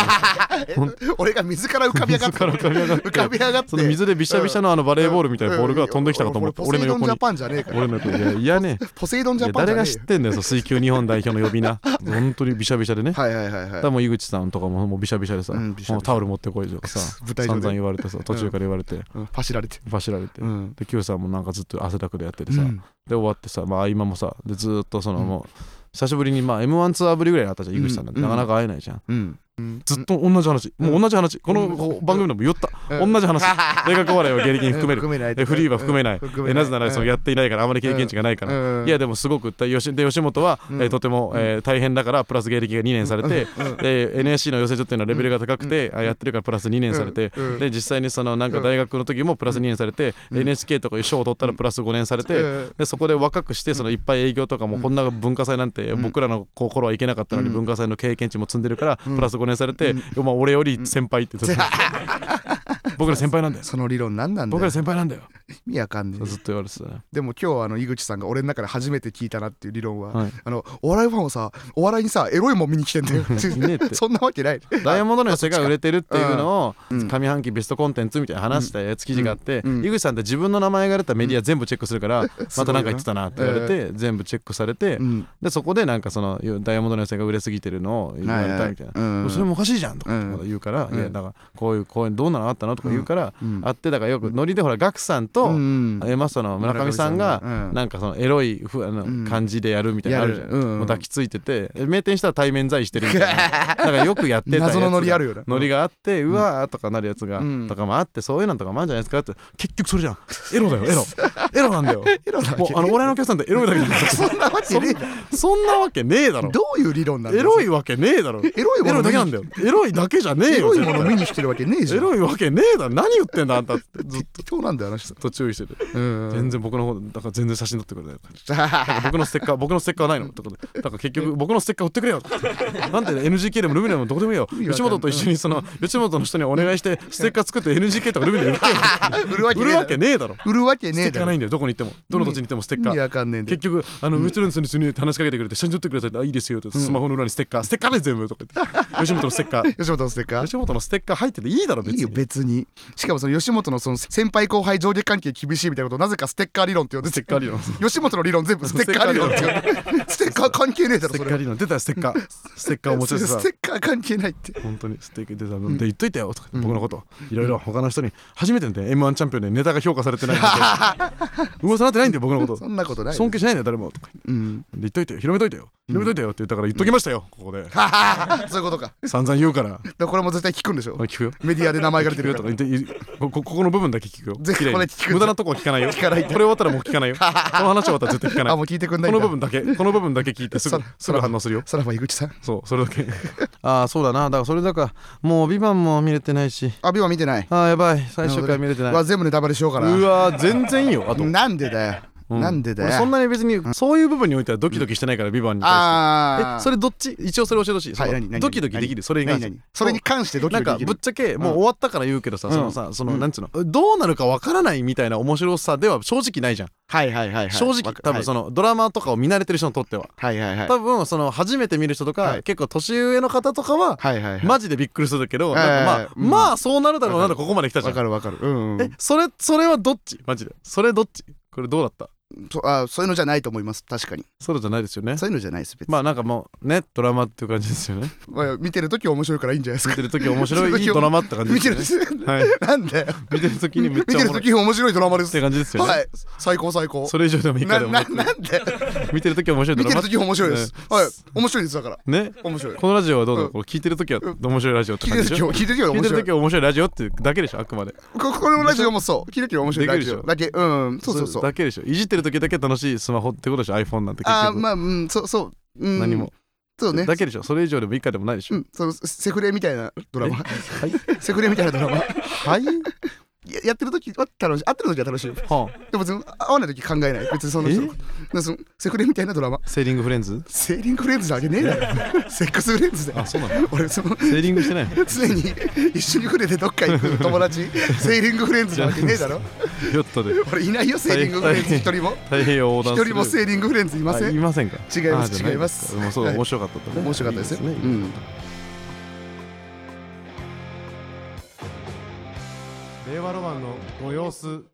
Speaker 1: ら、ほん
Speaker 2: 俺が水から浮かび上がっ
Speaker 1: 水から浮か
Speaker 2: て
Speaker 1: び上がって
Speaker 2: 浮かび上がっ て
Speaker 1: その水でびしゃびしゃのあのバレーボールみたいなボールが飛んできたかと思って
Speaker 2: うん
Speaker 1: 俺の
Speaker 2: ポセイドン
Speaker 1: 横
Speaker 2: ジ
Speaker 1: に
Speaker 2: ャパンじゃねえから
Speaker 1: 俺の横にいやいやね
Speaker 2: ポセイドン
Speaker 1: い
Speaker 2: ジ
Speaker 1: や
Speaker 2: ャパンじ
Speaker 1: 誰が
Speaker 2: ゃねえ
Speaker 1: 知
Speaker 2: よ
Speaker 1: ってんだよその水球日本代表の呼び名本当にびしゃびしゃでね
Speaker 2: はいはいはいは
Speaker 1: だ
Speaker 2: い
Speaker 1: からもう井口さんとかももうびしゃびしゃでさ、
Speaker 2: うんびしゃびしゃ
Speaker 1: もうタオル持ってこいとかさ
Speaker 2: 舞台
Speaker 1: 散
Speaker 2: 上で
Speaker 1: 々言われてさ途中から言われて
Speaker 2: うんパシられて
Speaker 1: バシられて、
Speaker 2: うん
Speaker 1: で Q さんもなんかずっと汗だくでやっててさ、
Speaker 2: うん
Speaker 1: で終わってさ、まあ、今もさでずーっとその
Speaker 2: うん
Speaker 1: もう、久しぶりに、まあ、m 1ツアーぶりぐらいになったじゃん井口さんなんて、
Speaker 2: うん
Speaker 1: なかなか会えないじゃん
Speaker 2: うん
Speaker 1: ずっと同じ話、もう同じ話こ
Speaker 2: う
Speaker 1: の
Speaker 2: ん
Speaker 1: こう番組でも言った、
Speaker 2: うん
Speaker 1: 同じ話大学お笑いは芸歴に含める、
Speaker 2: めない
Speaker 1: えフリーは含めない、
Speaker 2: うん含め
Speaker 1: えなぜならそのやっていないからあまり経験値がないから、
Speaker 2: うん
Speaker 1: いやでもすごくで吉で吉本は、
Speaker 2: うん
Speaker 1: えーとても、えー大変だからプラス芸歴が2年されて、
Speaker 2: うん
Speaker 1: で NSC の養成所っていうのはレベルが高くて、あやってるからプラス2年されて、
Speaker 2: うん
Speaker 1: で実際にそのなんか大学の時もプラス2年されて、NHK とかいう賞を取ったらプラス5年されて、
Speaker 2: うん
Speaker 1: でそこで若くしてそのいっぱい営業とかもこんな文化祭なんて僕らの頃はいけなかったのに文化祭の経験値も積んでるからプラス5年されて、まあ、俺より先輩って言ってた僕ら先輩なんだよ
Speaker 2: その理論何なんだ
Speaker 1: 僕ら
Speaker 2: よ
Speaker 1: 先輩なんだよ
Speaker 2: 意味わかんねえ
Speaker 1: ずっと言われてたね
Speaker 2: でも今日あの井口さんが俺の中で初めて聞いたなっていう理論は、
Speaker 1: はい
Speaker 2: あのお笑いファンをさお笑いにさエロいもん見に来てん だよ
Speaker 1: ねえって
Speaker 2: そんなわけない、
Speaker 1: ダイヤモンドの寄せが売れてるっていうのを
Speaker 2: うん
Speaker 1: 上半期ベストコンテンツみたいな話したやつ記事があって
Speaker 2: うんうん
Speaker 1: 井口さんって自分の名前が出たメディア全部チェックするからまたなんか言ってたなって言われて全部チェックされて
Speaker 2: うん
Speaker 1: でそこでなんかそのダイヤモンドの寄せが売れすぎてるのを言われたみたいな
Speaker 2: は。いはいうん
Speaker 1: それもおかしいじゃんと
Speaker 2: うん
Speaker 1: かって言うから、
Speaker 2: うん
Speaker 1: いやだからこういう公演どうなのあったのとか言うから、
Speaker 2: うん
Speaker 1: あってだからよくノリでほらガクさんと、
Speaker 2: うん
Speaker 1: エマストの村上さんが
Speaker 2: 村上さんがうん
Speaker 1: なんかそのエロいふあ
Speaker 2: うん
Speaker 1: の感じでやるみたいなのあるじゃん、
Speaker 2: やるうんうん
Speaker 1: もう抱きついてて名店したら対面在してるみたい なだからよくやってたやつが
Speaker 2: 謎のノリあるよな
Speaker 1: ノリがあってうわーとかなるやつが、
Speaker 2: うん
Speaker 1: とかもあってそういうのとかもあるんじゃないですかって結局それじゃんエロだよエロエロなんだよ
Speaker 2: エロなわけ
Speaker 1: もうあの俺のお客さんってエロいだけじゃない
Speaker 2: そんなわけねえだ
Speaker 1: そんなわけねえだ
Speaker 2: ろ
Speaker 1: ろ
Speaker 2: どういう理論なんだ
Speaker 1: エ
Speaker 2: よ
Speaker 1: ロいわけねえだろ
Speaker 2: エロいも
Speaker 1: エ
Speaker 2: の
Speaker 1: ロいだけなんだよ。エロいだけじゃねえ
Speaker 2: エ
Speaker 1: よ。
Speaker 2: ロいもの見
Speaker 1: 絶
Speaker 2: に来てるわけねえ
Speaker 1: 対
Speaker 2: じゃ
Speaker 1: エ
Speaker 2: ん
Speaker 1: ロいわけねえだろ。何言ってんだあんたずっ
Speaker 2: 適当なんだよあの人
Speaker 1: と注意してて。
Speaker 2: うん
Speaker 1: 全然僕の方だから全然写真撮ってくれないよ。なんか僕のステッカー僕のステッカーないのとかで。だから結局僕のステッカー売ってくれよ。なんで NGK でもルミネでもどこでもいいよ。
Speaker 2: 味わか
Speaker 1: 吉
Speaker 2: んない
Speaker 1: 本と一緒にその吉本の人にお願いしてステッカー作って NGK とかルミネで売ってよ
Speaker 2: 売るわけ
Speaker 1: 売
Speaker 2: ね
Speaker 1: る
Speaker 2: えだ
Speaker 1: わ
Speaker 2: ろ
Speaker 1: けねえだろ。
Speaker 2: 売るわけね
Speaker 1: ステ
Speaker 2: え
Speaker 1: ッカー
Speaker 2: だ
Speaker 1: な
Speaker 2: ろ
Speaker 1: いんだよ。どこに行ってもどの土地に行ってもステッ
Speaker 2: 意
Speaker 1: カ
Speaker 2: 味
Speaker 1: ー。
Speaker 2: わかんねえんだ
Speaker 1: 結
Speaker 2: よ
Speaker 1: 局あのうちの先生に話しかけてくれて写真撮ってくださいってあいいですよってスマホの裏にステッカーステッカーで全部とか言 って吉本のステッカー
Speaker 2: 吉本のステッカー
Speaker 1: 吉本のステッカー入ってていいだろ別
Speaker 2: い
Speaker 1: に
Speaker 2: いよ別にしかもその吉本のその先輩後輩上下関係厳しいみたいなことをなぜかステッカー理論って呼んで
Speaker 1: ステッカー理論ス
Speaker 2: 吉本の理論全部ステッカー理論って呼んでステッカー関係ねえだろ
Speaker 1: テ
Speaker 2: そ
Speaker 1: ッ
Speaker 2: れ
Speaker 1: カー理論出たよステッカーステッカーを持ち出してさ
Speaker 2: ステッカー関係ないって
Speaker 1: 本当にステッカー出たので言っといたよとか僕のこといろいろ他の人に初めてで m 1チャンピオンでネタが評価されてないなん て噂なってないんだよ僕のこと
Speaker 2: そんなことないよ
Speaker 1: 尊敬しないんだよ誰もとか
Speaker 2: うん
Speaker 1: で言っといてよ広めといてよ広めといてよって言ったから言っときましたよここで
Speaker 2: そういうことか
Speaker 1: 散々言うから
Speaker 2: だからこれも絶対聞くんでしょ
Speaker 1: あ聞くよ
Speaker 2: メディアで名前が
Speaker 1: 聞
Speaker 2: 出て
Speaker 1: くよ
Speaker 2: るか
Speaker 1: と
Speaker 2: ら
Speaker 1: か言ってここここの部分だけ聞くよ
Speaker 2: ぜひ
Speaker 1: 綺麗に
Speaker 2: これ聞く
Speaker 1: 無駄なとこは聞かないよ
Speaker 2: 聞かないん
Speaker 1: こ
Speaker 2: だ
Speaker 1: れ終わったらもう聞かないよこの話終わったら絶対聞かない
Speaker 2: あもう聞いてくんない
Speaker 1: こ
Speaker 2: んだ
Speaker 1: の部分だけこの部分だけ聞いてすぐ
Speaker 2: そら
Speaker 1: すぐ反応するよ
Speaker 2: さらば井口さん
Speaker 1: そうそれだけ ああそうだなだからそれだからもう「ビバンも見れてないし
Speaker 2: 阿部は見てない
Speaker 1: あーやばい最終回見れてないう
Speaker 2: わ全部ネタバレしようか
Speaker 1: う
Speaker 2: な
Speaker 1: わー全然いいよあと、
Speaker 2: なんでだよ
Speaker 1: う
Speaker 2: なんでだよ
Speaker 1: 俺そんなに別にそういう部分においてはドキドキしてないから「ビバンに対して
Speaker 2: ああ
Speaker 1: えそれどっち一応それ教えてほしい、
Speaker 2: はい
Speaker 1: その
Speaker 2: 何何
Speaker 1: ドキドキできるそれ以外
Speaker 2: 何
Speaker 1: に
Speaker 2: 何それに関してドキ
Speaker 1: な
Speaker 2: ド
Speaker 1: んか
Speaker 2: キできる
Speaker 1: ぶっちゃけもう終わったから言うけどさ、
Speaker 2: うん
Speaker 1: そのさその、
Speaker 2: うん
Speaker 1: なんつうのどうなるかわからないみたいな面白さでは正直ないじゃん、
Speaker 2: はいはいはいはい
Speaker 1: 正直
Speaker 2: わか
Speaker 1: 多分その、ドラマとかを見慣れてる人にとっては
Speaker 2: はいはいはい
Speaker 1: 多分その初めて見る人とか、
Speaker 2: はい
Speaker 1: 結構年上の方とかは、
Speaker 2: はいはいはい
Speaker 1: マジでびっくりするけど、
Speaker 2: えー
Speaker 1: なんかまあ、
Speaker 2: うん
Speaker 1: まあそうなるだろうなとここまで来たじゃ
Speaker 2: わ
Speaker 1: ん
Speaker 2: かるわかるうんうん
Speaker 1: えそれそれはどっちマジでそれどっちこれどうだった
Speaker 2: とあそういうのじゃないと思います確かに
Speaker 1: そうじゃないですよね
Speaker 2: そういうのじゃないです別に
Speaker 1: まあなんかもうねドラマっていう感じですよ ね
Speaker 2: まあ見てる時面白いからいいんじゃないです
Speaker 1: 見
Speaker 2: か
Speaker 1: てる時面白いいいドラマって感じ
Speaker 2: 見
Speaker 1: です
Speaker 2: て
Speaker 1: よ
Speaker 2: る
Speaker 1: ね
Speaker 2: 時
Speaker 1: はい
Speaker 2: なんで
Speaker 1: 見てる時にめっ
Speaker 2: 見
Speaker 1: ちゃお
Speaker 2: てる
Speaker 1: もろい
Speaker 2: 時面白いドラマで
Speaker 1: っ
Speaker 2: す
Speaker 1: て感じですよね、
Speaker 2: はい最高最高
Speaker 1: それ以上でもいいか
Speaker 2: な
Speaker 1: ら
Speaker 2: ななんで
Speaker 1: 見てる時面白いド
Speaker 2: 見て
Speaker 1: ラマ
Speaker 2: る時面白いですはい面白いですだから
Speaker 1: ね
Speaker 2: 面白い
Speaker 1: このラジオはどうだろ
Speaker 2: う
Speaker 1: う、これ聞いてる時は面白いラジオって
Speaker 2: 聞い
Speaker 1: 感じ
Speaker 2: てる
Speaker 1: でし
Speaker 2: 時
Speaker 1: ょ
Speaker 2: 聞いてる時は
Speaker 1: 聞い
Speaker 2: 面
Speaker 1: てる
Speaker 2: 白い
Speaker 1: 時は面白いラジオってだけでしょあくまで
Speaker 2: ここのラジオもそう聞いてる時は面白いラジオだけうんそうそうそう
Speaker 1: だけでしょいじってる時だけ楽しいスマホってことでしょ iPhone なんて結
Speaker 2: あー
Speaker 1: 局、
Speaker 2: まあうんそうそううん
Speaker 1: 何も
Speaker 2: そうね
Speaker 1: だけでしょそれ以上でも以下でもないでしょ、
Speaker 2: うんそのセフレみたいなドラマ
Speaker 1: はい
Speaker 2: セフレみたいなドラマ や
Speaker 1: はい
Speaker 2: やってる時は楽しい会ってる時は楽しいよ
Speaker 1: はあ
Speaker 2: でも別に会わない時考えない別にその人のなんかそのセフレみたいなドラマ
Speaker 1: セーリングフレンズ
Speaker 2: セーリングフレンズなわ けねえだろセックスフレンズだよ
Speaker 1: あそうなの
Speaker 2: 俺その
Speaker 1: セーリングしてないの
Speaker 2: 常に一緒に船でどっか行く友 達セーリングフレンズなわけねえだろ
Speaker 1: ヨットで
Speaker 2: 俺いないよセーリングフレンズ一人も
Speaker 1: 太平洋横断
Speaker 2: 一
Speaker 1: する
Speaker 2: 人もセーリングフレンズいませ
Speaker 1: あい
Speaker 2: ん
Speaker 1: ませんか
Speaker 2: 違います
Speaker 1: あじゃな
Speaker 2: 違います
Speaker 1: でもそう
Speaker 2: はい
Speaker 1: 面白かったとね
Speaker 2: 面白かったですよ
Speaker 1: いいね
Speaker 2: うん
Speaker 3: 令和ロマンのご様子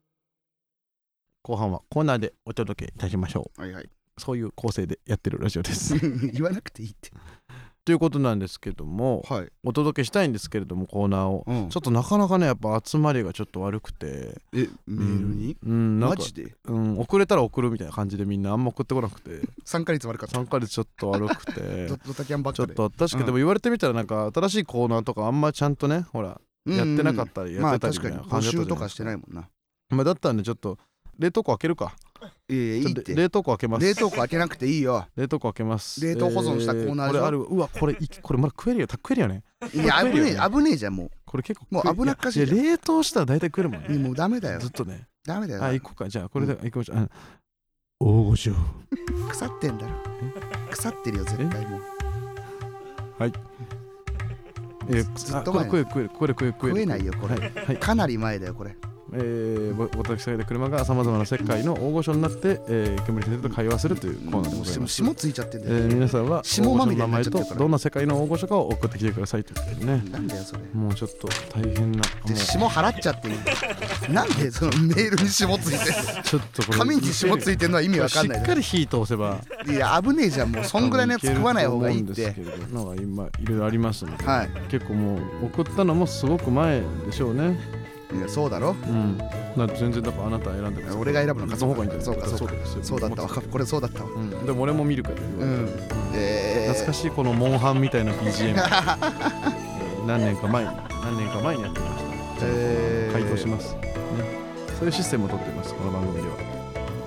Speaker 1: 後半はコーナーでお届けいたしましょ
Speaker 2: はいはい
Speaker 1: うそういう構成でやってるラジオです
Speaker 2: 言わなくていいって
Speaker 1: ということなんですけども
Speaker 2: はい
Speaker 1: お届けしたいんですけれどもコーナーを
Speaker 2: うん
Speaker 1: ちょっとなかなかねやっぱ集まりがちょっと悪くて
Speaker 2: えメールに
Speaker 1: うんなん
Speaker 2: マ
Speaker 1: か
Speaker 2: ジで
Speaker 1: うん遅れたら送るみたいな感じでみんなあんま送ってこなく て
Speaker 2: 参加率悪かった
Speaker 1: 参加率ちょっと悪くて
Speaker 2: ドドタキャンばっ
Speaker 1: ちょ
Speaker 2: か
Speaker 1: っ
Speaker 2: で
Speaker 1: と確かにでも言われてみたらなんか新しいコーナーとかあんまちゃんとねほらやってなかったりや
Speaker 2: ま
Speaker 1: っ
Speaker 2: あ
Speaker 1: てたり
Speaker 2: 確
Speaker 1: み
Speaker 2: か
Speaker 1: たい
Speaker 2: に
Speaker 1: な感
Speaker 2: 募
Speaker 1: じだ
Speaker 2: 集
Speaker 1: ったじゃ
Speaker 2: と
Speaker 1: な
Speaker 2: か
Speaker 1: い
Speaker 2: してないもんな
Speaker 1: まあだったんでちょっと冷凍庫開けるか
Speaker 2: いやい
Speaker 1: ち
Speaker 2: や
Speaker 1: ょっ
Speaker 2: いいっ
Speaker 1: と
Speaker 2: て
Speaker 1: 冷凍庫開けます
Speaker 2: 冷凍庫開けなくていいよ
Speaker 1: 冷凍庫開けます
Speaker 2: 冷凍保存したコーナー
Speaker 1: これ
Speaker 2: でしょ
Speaker 1: あるうわこれいこれまだ食えるよた食えるよね
Speaker 2: い や
Speaker 1: 食え
Speaker 2: 危
Speaker 1: る
Speaker 2: ねえ
Speaker 1: よ
Speaker 2: 危ねえじゃんも
Speaker 1: これ結構
Speaker 2: もう
Speaker 1: 食え
Speaker 2: 危なっかしい
Speaker 1: やや冷凍したら大体食えるもん
Speaker 2: う
Speaker 1: ね
Speaker 2: もうダメだよ
Speaker 1: ずっとね
Speaker 2: ダメだ
Speaker 1: あ
Speaker 2: よ
Speaker 1: 行こうかじゃあこれで行きましょうあ大御所
Speaker 2: 腐ってんだろ腐ってるよ絶対もう
Speaker 1: えー
Speaker 2: ずずっと前
Speaker 1: あこれ食える食える食える食える
Speaker 2: 食えないよこれ
Speaker 1: はい、はい
Speaker 2: かなり前だよこれ
Speaker 1: えー、ぼ私がいる車がさまざまな世界の大御所になって、えー、煙先生と会話するというコーナーでございます、
Speaker 2: 霜ついちゃってん
Speaker 1: え
Speaker 2: だよ、
Speaker 1: ー、皆さんは大
Speaker 2: 霜
Speaker 1: 御
Speaker 2: ま
Speaker 1: 所
Speaker 2: み
Speaker 1: の名
Speaker 2: れになっ
Speaker 1: 前
Speaker 2: ちゃっ
Speaker 1: と
Speaker 2: てるから
Speaker 1: どんな世界の大御所かを送ってきてくださいということでね
Speaker 2: なんだよそれ
Speaker 1: もうちょっと大変なもう
Speaker 2: で霜払っちゃってるんだよなんでそのメールに霜ついて んの
Speaker 1: ちょっとこれ
Speaker 2: 紙に霜ついてんのは意味わかんない
Speaker 1: しっ
Speaker 2: だ
Speaker 1: かり火通せば
Speaker 2: ろいや危ねえじゃんもうそんぐらいのやつ食わない方がいいっ
Speaker 1: 多分
Speaker 2: て
Speaker 1: けると思うんですけれどのが今いろいろありますので、
Speaker 2: はい
Speaker 1: 結構もう送ったのもすごく前でしょうね
Speaker 2: いやそうだろ
Speaker 1: うんなんで全然だからあなた選んでください
Speaker 2: 俺が選ぶのか
Speaker 1: その方がいいんじゃない
Speaker 2: そうかそうか
Speaker 1: ですよ
Speaker 2: そうだったわこれそうだったわ
Speaker 1: うんでも俺も見るから言
Speaker 2: う
Speaker 1: われて
Speaker 2: んえ
Speaker 1: 懐かしいこのモンハンみたいな BGM 何年か前に何年か前にやってました、
Speaker 2: えー
Speaker 1: 回答します、ね、そういうシステムを取ってますこの番組では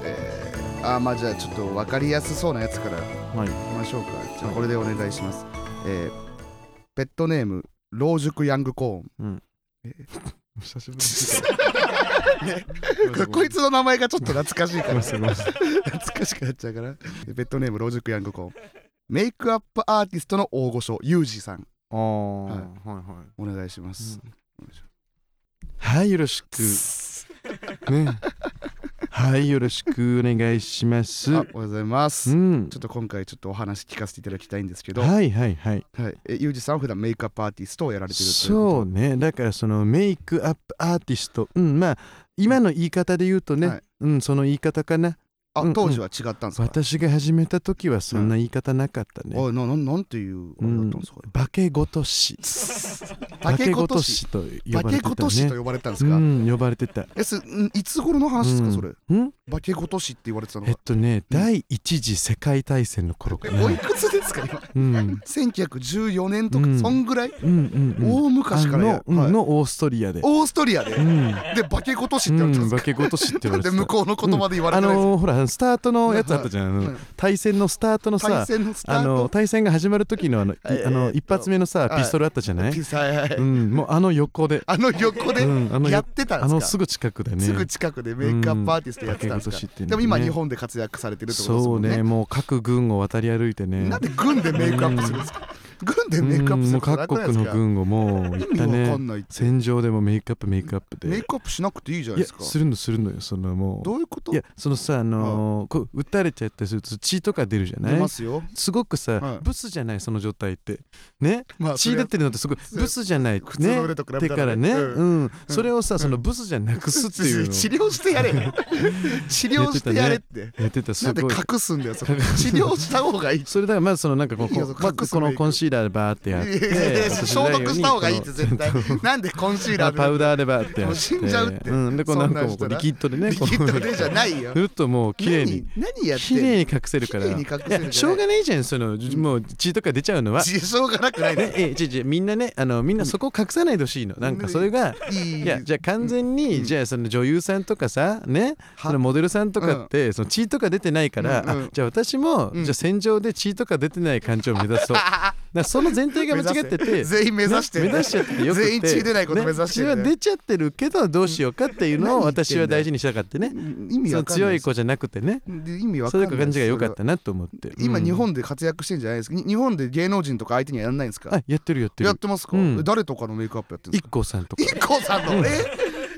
Speaker 2: えーあーまあじゃあちょっと分かりやすそうなやつからい
Speaker 1: はい
Speaker 2: きましょうかじゃあこれでお願いします、えーペットネーム老熟ヤングコ
Speaker 1: 久しぶ
Speaker 2: ーン こいつの名前がちょっと懐かしいから
Speaker 1: ますいません
Speaker 2: 懐かしくなっちゃうからペットネーム老熟ヤングコーンメイクアップアーティストの大御所ユージさん
Speaker 1: あーはいは
Speaker 2: お願いします、
Speaker 1: いはいよろしくねはいよろしくお願いします
Speaker 2: あおはようございます、
Speaker 1: うん
Speaker 2: ちょっと今回ちょっとお話聞かせていただきたいんですけど、は
Speaker 1: はいはいはい
Speaker 2: い、えユージさんは普段メイクアップアーティストをやられてるという
Speaker 1: そう
Speaker 2: う
Speaker 1: ねだからそのメイクアップアーティストうんまあ今の言い方で言うとね、
Speaker 2: はい
Speaker 1: うんその言い方かな
Speaker 2: あ
Speaker 1: うんうん
Speaker 2: 当時は違ったんですか、
Speaker 1: 私が始めた時はそんな言い方なかったね、
Speaker 2: おいなななんていうあれだったんですか、
Speaker 1: 化け事師
Speaker 2: 化け事師
Speaker 1: 師と呼
Speaker 2: 化
Speaker 1: ばれ
Speaker 2: け
Speaker 1: て
Speaker 2: 事
Speaker 1: た
Speaker 2: 師
Speaker 1: ね
Speaker 2: と呼ばれてたん
Speaker 1: う
Speaker 2: ですか、
Speaker 1: ん呼ばれてた
Speaker 2: えすんいつ頃の話ですか、
Speaker 1: うん
Speaker 2: それ
Speaker 1: うん
Speaker 2: 化け事師って言われてたの
Speaker 1: えっ
Speaker 2: が、
Speaker 1: とね第一次世界大戦の頃か
Speaker 2: え
Speaker 1: な
Speaker 2: おいくつですか今
Speaker 1: うんうん
Speaker 2: 1914年とか、
Speaker 1: うん
Speaker 2: そんぐらい、
Speaker 1: うんうん
Speaker 2: 大
Speaker 1: あ
Speaker 2: 昔からや
Speaker 1: のうん
Speaker 2: はい
Speaker 1: のオーストリアで
Speaker 2: オーストリアで、
Speaker 1: うん
Speaker 2: で化け事師
Speaker 1: う
Speaker 2: って言われてたん
Speaker 1: ん
Speaker 2: です
Speaker 1: 化
Speaker 2: か、
Speaker 1: け事師って言われて
Speaker 2: で
Speaker 1: た
Speaker 2: 向こうの言葉で言われ
Speaker 1: あ
Speaker 2: てないんです
Speaker 1: のーほらスタートのやつあったじゃん、あの
Speaker 2: はい
Speaker 1: 対戦のスタートの
Speaker 2: か、対
Speaker 1: さ
Speaker 2: 戦のスタ
Speaker 1: あ
Speaker 2: ート
Speaker 1: の対戦が始まる時のあのい
Speaker 2: えー
Speaker 1: あの一発目のさ
Speaker 2: はい
Speaker 1: ピストルあったじゃない、
Speaker 2: ピザはいはい
Speaker 1: うん、もうあの横で、
Speaker 2: あの横
Speaker 1: う
Speaker 2: で
Speaker 1: ん、あの
Speaker 2: や
Speaker 1: よ
Speaker 2: ってたん
Speaker 1: あの
Speaker 2: です
Speaker 1: す
Speaker 2: か、
Speaker 1: ぐ近くでね
Speaker 2: すぐ近くでメイクアップアーティストやってたんですか、
Speaker 1: うん化け事師っていうのね
Speaker 2: でも今日本で活躍されてるってことです
Speaker 1: そ
Speaker 2: も
Speaker 1: うん
Speaker 2: ね
Speaker 1: ねもう各軍を渡り歩いてね
Speaker 2: なんで軍でメイクアップするんですか軍でメイクアップ
Speaker 1: うん
Speaker 2: す
Speaker 1: も
Speaker 2: る
Speaker 1: う
Speaker 2: ことな
Speaker 1: 各国
Speaker 2: くないです
Speaker 1: の
Speaker 2: か
Speaker 1: 軍をもう行っ
Speaker 2: 意
Speaker 1: た
Speaker 2: 味わか
Speaker 1: ね
Speaker 2: んないって
Speaker 1: 戦場でもメイクアップメイクアップで
Speaker 2: メイクアップしなくていいじゃな
Speaker 1: い
Speaker 2: いで
Speaker 1: や
Speaker 2: すか
Speaker 1: するのするのよそのも
Speaker 2: どういうこと
Speaker 1: ういやそのさあのーこう撃たれちゃったりすると血とか出るじゃな
Speaker 2: 出
Speaker 1: い
Speaker 2: ますよ
Speaker 1: すごくさ、
Speaker 2: はい
Speaker 1: ブスじゃないその状態ってね
Speaker 2: まあ
Speaker 1: 血出てるのってすごい
Speaker 2: そう
Speaker 1: ブスじゃない
Speaker 2: 普通の
Speaker 1: ね
Speaker 2: 腕と比べ
Speaker 1: て
Speaker 2: た
Speaker 1: から
Speaker 2: ら
Speaker 1: ね、
Speaker 2: う
Speaker 1: うんんそれをさ、そのブスじゃなくすっていうの
Speaker 2: 治療してやれ治療してやれって
Speaker 1: やってたす
Speaker 2: なんで
Speaker 1: ごい
Speaker 2: 隠すんだよそれ治療した方がいい
Speaker 1: それだからまずそのなんかこう
Speaker 2: いいよ
Speaker 1: こう
Speaker 2: 隠
Speaker 1: まず
Speaker 2: すの
Speaker 1: こ
Speaker 2: がいい
Speaker 1: のコンシーラーでバーってやっ
Speaker 2: いやいやい
Speaker 1: て
Speaker 2: や消毒した方がいいって絶対
Speaker 1: この
Speaker 2: なんでコンシー
Speaker 1: ま
Speaker 2: ラ
Speaker 1: あパウ
Speaker 2: ーで
Speaker 1: ダーでバーってやって
Speaker 2: もう死んじゃうって
Speaker 1: ん、でこうなんかもう
Speaker 2: そ
Speaker 1: こ
Speaker 2: ん
Speaker 1: う
Speaker 2: な
Speaker 1: リ
Speaker 2: ん
Speaker 1: キッドでね
Speaker 2: リキ
Speaker 1: こう
Speaker 2: ッドでじゃないよ
Speaker 1: するともう綺麗に
Speaker 2: 何何やって
Speaker 1: 綺
Speaker 2: んの
Speaker 1: 麗に隠せるから
Speaker 2: 綺麗に隠せるじゃない
Speaker 1: いやしょうがないじゃんそのもう血とか出ちゃうの は
Speaker 2: 自称がなくない
Speaker 1: ね
Speaker 2: ね。
Speaker 1: えちちみんなねあのみんなそこを隠さないでほしいのなんかそれが
Speaker 2: いい
Speaker 1: いやじゃあ完全に、じゃあその女優さんとかさねそのモデルさんとかって、その血とか出てないから、
Speaker 2: うんうん
Speaker 1: あじゃあ私も、
Speaker 2: ん
Speaker 1: じゃあ戦場で血とか出てない感じを目指 そうだからその前提が間違ってて
Speaker 2: 全員 目指してる
Speaker 1: ね目指しちゃっててよくて
Speaker 2: 全員血出ないこと目指してるね
Speaker 1: ね、血は出ちゃってるけどどうしようかっていうのを
Speaker 2: 何言ってん
Speaker 1: 私
Speaker 2: だよ
Speaker 1: は大事にしたかってね
Speaker 2: 意味
Speaker 1: その
Speaker 2: わかんな
Speaker 1: 強
Speaker 2: い
Speaker 1: い子じゃなくてね
Speaker 2: で意味わか
Speaker 1: そ
Speaker 2: ん
Speaker 1: う
Speaker 2: ないいう
Speaker 1: 感じが良かったなと思って
Speaker 2: 今
Speaker 1: うん
Speaker 2: 日本で活躍してんじゃないですかに日本で芸能人とか相手にはやんないんですか
Speaker 1: あやってるやって
Speaker 2: や
Speaker 1: る
Speaker 2: ってますか
Speaker 1: うん
Speaker 2: 誰とかのメイクアップやってるん
Speaker 1: 一
Speaker 2: ですか
Speaker 1: k さんとか
Speaker 2: IKKO さんのえ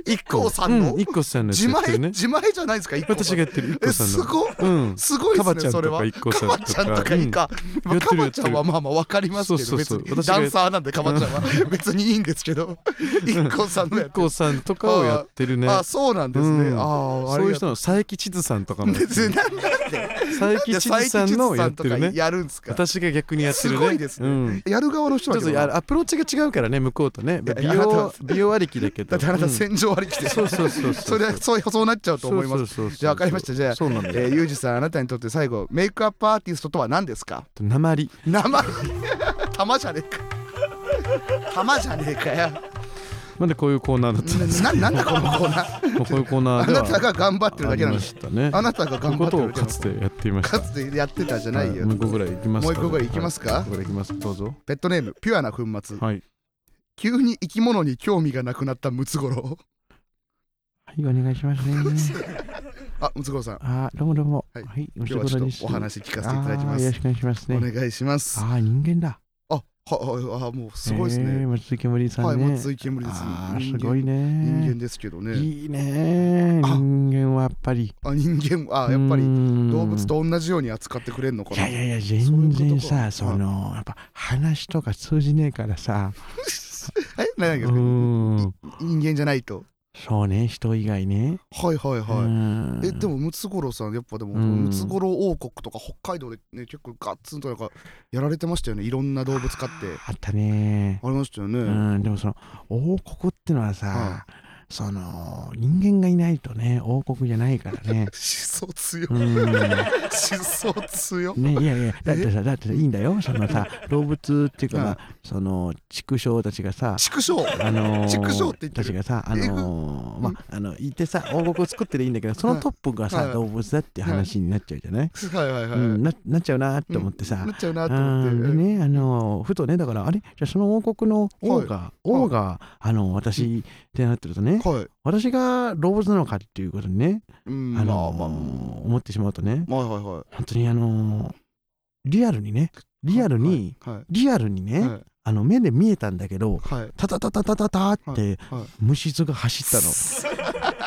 Speaker 2: IKKO さんの
Speaker 1: うん、一 k さんのやつ
Speaker 2: 自
Speaker 1: やって
Speaker 2: 前
Speaker 1: るね
Speaker 2: 自前じゃないですか IKKO
Speaker 1: 私
Speaker 2: さん
Speaker 1: がやってる一
Speaker 2: え
Speaker 1: k さんの
Speaker 2: すご
Speaker 1: うん
Speaker 2: すごい
Speaker 1: カバ
Speaker 2: で
Speaker 1: ち
Speaker 2: す
Speaker 1: ゃ
Speaker 2: ね
Speaker 1: ん
Speaker 2: それ
Speaker 1: とか
Speaker 2: は
Speaker 1: 一個
Speaker 2: カ
Speaker 1: さんと
Speaker 2: バ
Speaker 1: か
Speaker 2: ちゃんとかいいか
Speaker 1: うんやって
Speaker 2: カ
Speaker 1: る
Speaker 2: バちゃんはまあまあわかりますけ
Speaker 1: そ
Speaker 2: ど
Speaker 1: うそうそう
Speaker 2: 別に
Speaker 1: 私が
Speaker 2: ダンサーなんでカバちゃんは別にいいんですけど IKKO さんのやってる
Speaker 1: k さんとかをやってるね
Speaker 2: あそうなんですね
Speaker 1: うん
Speaker 2: あああ
Speaker 1: そういう
Speaker 2: りが
Speaker 1: 人
Speaker 2: と
Speaker 1: の佐伯千鶴さんとか も
Speaker 2: う別になんなんで
Speaker 1: 佐伯千鶴さんのやってるね
Speaker 2: やるんですか。
Speaker 1: 私が逆にやってるね
Speaker 2: すごいですね
Speaker 1: うん
Speaker 2: やる側の人
Speaker 1: ちょっ
Speaker 2: だけ
Speaker 1: と
Speaker 2: ど
Speaker 1: や
Speaker 2: な。
Speaker 1: アプローチが違うからね向こうとね
Speaker 2: や
Speaker 1: 美
Speaker 2: いやあなたは
Speaker 1: 容美容ありきだけど
Speaker 2: だってあな
Speaker 1: う
Speaker 2: た
Speaker 1: ん
Speaker 2: 戦場ありきで、
Speaker 1: そうそうそう
Speaker 2: それはそうそうなっちゃうと思います。
Speaker 1: す
Speaker 2: じゃあわかりましたじゃあ
Speaker 1: そうなんだ
Speaker 2: えー、ユージさんあなたにとって最後メイクアップアーティストとは何ですか
Speaker 1: 鉛
Speaker 2: 生玉じゃねえか玉じゃねえかよ
Speaker 1: なんでこういうコーナーだったんです
Speaker 2: ななんだこのコーナー
Speaker 1: かこういうコーナ
Speaker 2: あ
Speaker 1: ーでは
Speaker 2: なたが頑張ってる
Speaker 1: あ
Speaker 2: だけ
Speaker 1: り
Speaker 2: なの
Speaker 1: ましたね
Speaker 2: あなたが
Speaker 1: こういう
Speaker 2: 頑張
Speaker 1: こ
Speaker 2: って
Speaker 1: と
Speaker 2: る
Speaker 1: を
Speaker 2: だけ
Speaker 1: か
Speaker 2: な
Speaker 1: つ
Speaker 2: の
Speaker 1: てやっていました
Speaker 2: かつてやってたじゃないよ、
Speaker 1: もう一個ぐらいいきますか
Speaker 2: もう一個ぐらいいきますか
Speaker 1: はいこれいきますどうぞ
Speaker 2: ペットネームピュアな粉末、
Speaker 1: はい
Speaker 2: 急に生き物に興味がなくなったムツゴロ
Speaker 1: はいお願いしますね
Speaker 2: ウあムツゴロウさん
Speaker 1: あーどうもどうも。
Speaker 2: はい
Speaker 1: はい、今
Speaker 2: 今日はちょっとお話聞かせていただきま
Speaker 1: よろ
Speaker 2: す
Speaker 1: しくお願いします
Speaker 2: お
Speaker 1: ね。
Speaker 2: 願いします
Speaker 1: ああ、人間だ。
Speaker 2: あはあもうすごいです
Speaker 1: えー
Speaker 2: ね。
Speaker 1: 松井煙さ
Speaker 2: はい、
Speaker 1: んね。
Speaker 2: 松井煙です。
Speaker 1: ああ、
Speaker 2: 人
Speaker 1: す
Speaker 2: 間
Speaker 1: ごいね。
Speaker 2: 人間ですけどね。
Speaker 1: いいね。
Speaker 2: あ
Speaker 1: 人間はやっぱり。
Speaker 2: あ、人間、あ、やっぱ
Speaker 1: う
Speaker 2: り
Speaker 1: ん
Speaker 2: 動物。と同じように扱ってくれんのか
Speaker 1: い
Speaker 2: な
Speaker 1: や。いやいや、
Speaker 2: そういう
Speaker 1: 全
Speaker 2: ことか
Speaker 1: 然さ、その、やっぱ話とか通じねえからさ。
Speaker 2: え、何
Speaker 1: う
Speaker 2: がですか
Speaker 1: ん。
Speaker 2: 人間じゃないと。
Speaker 1: そうね、人以外ね。
Speaker 2: はいはいはい。
Speaker 1: い
Speaker 2: えでもムツゴロウさんやっぱでも
Speaker 1: うん
Speaker 2: ムツゴロウ王国とか北海道でね結構ガッツンとなんかやられてましたよねいろんな動物飼って
Speaker 1: あったね。
Speaker 2: ありましたよね、。
Speaker 1: うん、でもその王国ってのはさ、その人間がいないとね、王国じゃないからね
Speaker 2: 思想強
Speaker 1: うんね、
Speaker 2: 思想強
Speaker 1: いやいやだってさだってさいいんだよその さ動物っていうか、ま
Speaker 2: うん
Speaker 1: あ、その畜生たちがさ
Speaker 2: 畜生
Speaker 1: あのー、
Speaker 2: 畜生って言ってる
Speaker 1: たちがさあのー、まああのいてさ王国を作ってでいいんだけどそのトップがさ、
Speaker 2: はい
Speaker 1: 動物だって話になっちゃうじゃない、
Speaker 2: はいはいはい、
Speaker 1: うん、
Speaker 2: な
Speaker 1: ななっちゃうなって思ってさ、
Speaker 2: っちゃうなと思っ
Speaker 1: う
Speaker 2: て、
Speaker 1: ん、でね、あのふとねだからあれじゃあその王国の王が、王が、あの私ってなってるとね、
Speaker 2: はい、
Speaker 1: 私が動物なのかっていうことにね、
Speaker 2: うん、
Speaker 1: あ
Speaker 2: まあ
Speaker 1: の
Speaker 2: まあま
Speaker 1: 思ってしまうとね
Speaker 2: あはいはいはい
Speaker 1: 本当にあのリアルにねリアルに、
Speaker 2: はい
Speaker 1: リアルにね、
Speaker 2: はい
Speaker 1: あの目で見えたんだけど
Speaker 2: はいはい
Speaker 1: タタタタタタタって、
Speaker 2: はい
Speaker 1: 虫図が走ったの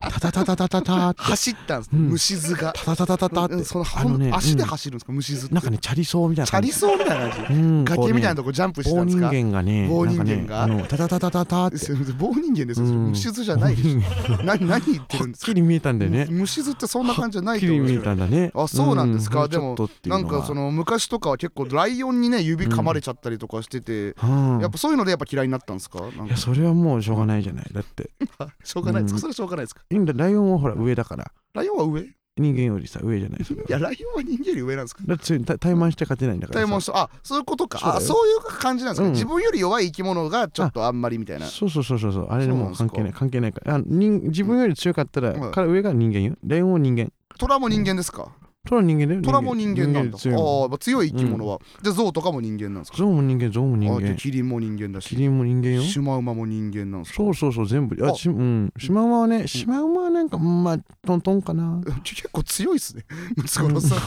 Speaker 1: タタタタタタタって
Speaker 2: 走ったんです、
Speaker 1: うん
Speaker 2: 虫図が
Speaker 1: タタタタタタって
Speaker 2: うんその
Speaker 1: あのね
Speaker 2: 足で走るんですか、虫図って
Speaker 1: なんかねチャリソーみたいな
Speaker 2: チャ
Speaker 1: 感
Speaker 2: リ
Speaker 1: じ
Speaker 2: ソーみたいな感じ、
Speaker 1: うんこう
Speaker 2: 崖
Speaker 1: ね
Speaker 2: みたいなとこジャンプしてた
Speaker 1: 棒
Speaker 2: んです
Speaker 1: 人
Speaker 2: か
Speaker 1: 間がね、
Speaker 2: 棒人間
Speaker 1: なんか
Speaker 2: が
Speaker 1: ね、あのタタタタタタって、
Speaker 2: すいません棒人間ですよ、
Speaker 1: うん
Speaker 2: 虫図じゃな いでしょな何言って
Speaker 1: は
Speaker 2: る
Speaker 1: っ
Speaker 2: んです
Speaker 1: き
Speaker 2: か
Speaker 1: り見えたんだよね。
Speaker 2: 虫図ってそんな感じじゃな
Speaker 1: はいっ
Speaker 2: と
Speaker 1: きり
Speaker 2: 思うん
Speaker 1: 見え
Speaker 2: ですけど
Speaker 1: たんだね。
Speaker 2: あそうなんですか
Speaker 1: う
Speaker 2: でも
Speaker 1: ちょっとっていう
Speaker 2: なん
Speaker 1: のは
Speaker 2: かそ、の昔とかは結構ライオンにね指噛まれちゃったりとかしてて、
Speaker 1: うん
Speaker 2: やっぱそういうのでやっぱ嫌いになったんですかなん
Speaker 1: い
Speaker 2: か
Speaker 1: やそれはもうしょうがないじゃない。だって、
Speaker 2: しょうがないですか、
Speaker 1: うん
Speaker 2: それはしょうがないですか
Speaker 1: いいんだライオンはほら上だから、
Speaker 2: ライオンは上い
Speaker 1: 人間よりさ上じゃない。それは
Speaker 2: やライオンは人間より上なんですか
Speaker 1: だってそれに対対マンして勝てないんだから
Speaker 2: 対
Speaker 1: さ。
Speaker 2: 門したあそういうことか
Speaker 1: そうだ
Speaker 2: あ
Speaker 1: よ
Speaker 2: そういう感じなんですか、
Speaker 1: うん
Speaker 2: 自分より弱い生き物がちょっとあんまりみたいな
Speaker 1: そうそうそうそうそうあれでもう
Speaker 2: そうなん
Speaker 1: 関係な
Speaker 2: ですか
Speaker 1: い関係ないからあ人自分より強かったら、
Speaker 2: うん
Speaker 1: から上が人間よライオンは人間
Speaker 2: 虎も人間ですか、
Speaker 1: トラ人間だよ
Speaker 2: 虎も人間なん
Speaker 1: 人間
Speaker 2: だ
Speaker 1: 強い
Speaker 2: あ
Speaker 1: も
Speaker 2: ーまあ強い生き物は、じゃあ象とかも人間なんです
Speaker 1: ん
Speaker 2: か
Speaker 1: ゾウも人間ゾウも人
Speaker 2: あじゃあ
Speaker 1: 間
Speaker 2: キリンも人間だ
Speaker 1: キ
Speaker 2: し
Speaker 1: リンも人間よ
Speaker 2: シマウマも人間なんですか
Speaker 1: そうそうそう全部
Speaker 2: あ
Speaker 1: あしうんシマウマはねシマウマはなんかうんまあトントンかな
Speaker 2: 結構強いですねムツゴロ ウさん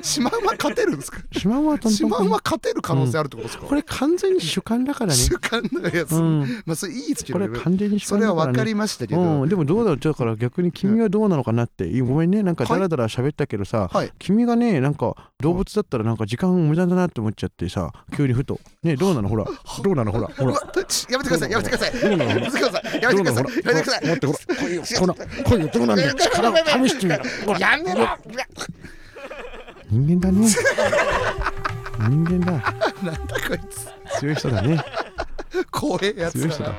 Speaker 2: シマウマ勝てるんですか
Speaker 1: シマウマはトン
Speaker 2: シ
Speaker 1: トン
Speaker 2: マ
Speaker 1: か
Speaker 2: ウ
Speaker 1: な
Speaker 2: マ勝てる可能性あるってことですか、
Speaker 1: これ完全に主観だからね
Speaker 2: 主観のやつ、
Speaker 1: うん
Speaker 2: まあそれいいですけ
Speaker 1: こ
Speaker 2: ど
Speaker 1: れ
Speaker 2: ね
Speaker 1: 完全に主
Speaker 2: そ
Speaker 1: 観
Speaker 2: れは
Speaker 1: だから
Speaker 2: 分か
Speaker 1: ね
Speaker 2: りましたけど、
Speaker 1: うん、でもどうだろうだから逆に君はどうなのかなっていやごめんねなんか
Speaker 2: はい
Speaker 1: ダラダラ喋ったけどさ、
Speaker 2: はい
Speaker 1: 君がねなんか動物だったらなんか時間無駄だなって思っちゃってさ急にふとねどうなのほらどうなのほらほ
Speaker 2: う
Speaker 1: ら
Speaker 2: わやめてくださいやめてください
Speaker 1: どうなのほ
Speaker 2: ム
Speaker 1: ら
Speaker 2: ツゴロウさんやめ
Speaker 1: ど
Speaker 2: て
Speaker 1: う
Speaker 2: く
Speaker 1: なの
Speaker 2: ださ
Speaker 1: ほ
Speaker 2: い
Speaker 1: ら
Speaker 2: やめてくださ
Speaker 1: 待
Speaker 2: い
Speaker 1: ってほら来いよほら来いよどうなんだよ力を試してみろほら
Speaker 2: やめろ
Speaker 1: 人間だね人間だ
Speaker 2: なんだこいつ
Speaker 1: 強い人 だね
Speaker 2: 怖えや
Speaker 1: 強い
Speaker 2: つ
Speaker 1: 人
Speaker 2: だ
Speaker 1: だ
Speaker 2: な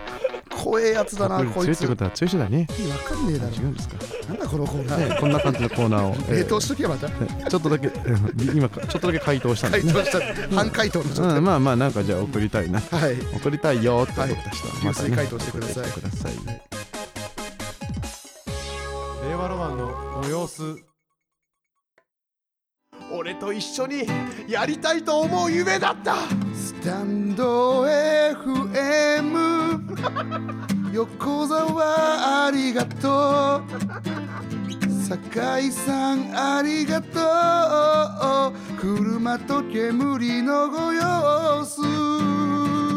Speaker 2: 怖えやつだなこ
Speaker 1: 強いっ
Speaker 2: い
Speaker 1: て
Speaker 2: つ
Speaker 1: こ
Speaker 2: 分
Speaker 1: とは強い人だね
Speaker 2: かんねえだ
Speaker 1: 違
Speaker 2: ろ
Speaker 1: うんですか
Speaker 2: なんだこのコーナ
Speaker 1: ね
Speaker 2: ー
Speaker 1: こんな感じのコー ナーを、え
Speaker 2: 冷凍しとけばまた
Speaker 1: ーちょっとだけ うん今かちょっとだけ回答したん です
Speaker 2: 回
Speaker 1: ね
Speaker 2: 答した半回答の状
Speaker 1: う
Speaker 2: 態
Speaker 1: ん、まあまあなんかじゃあ送りたいな
Speaker 2: はい
Speaker 1: 送りたいよってことでした、
Speaker 2: い
Speaker 1: またね
Speaker 2: 流水回答してください
Speaker 1: 送ってください
Speaker 3: 令和ロマンのご様子
Speaker 2: 俺と一緒にやりたいと思う夢だったスタンド FM 横澤ありがとう酒井さんありがとう車と煙のご様子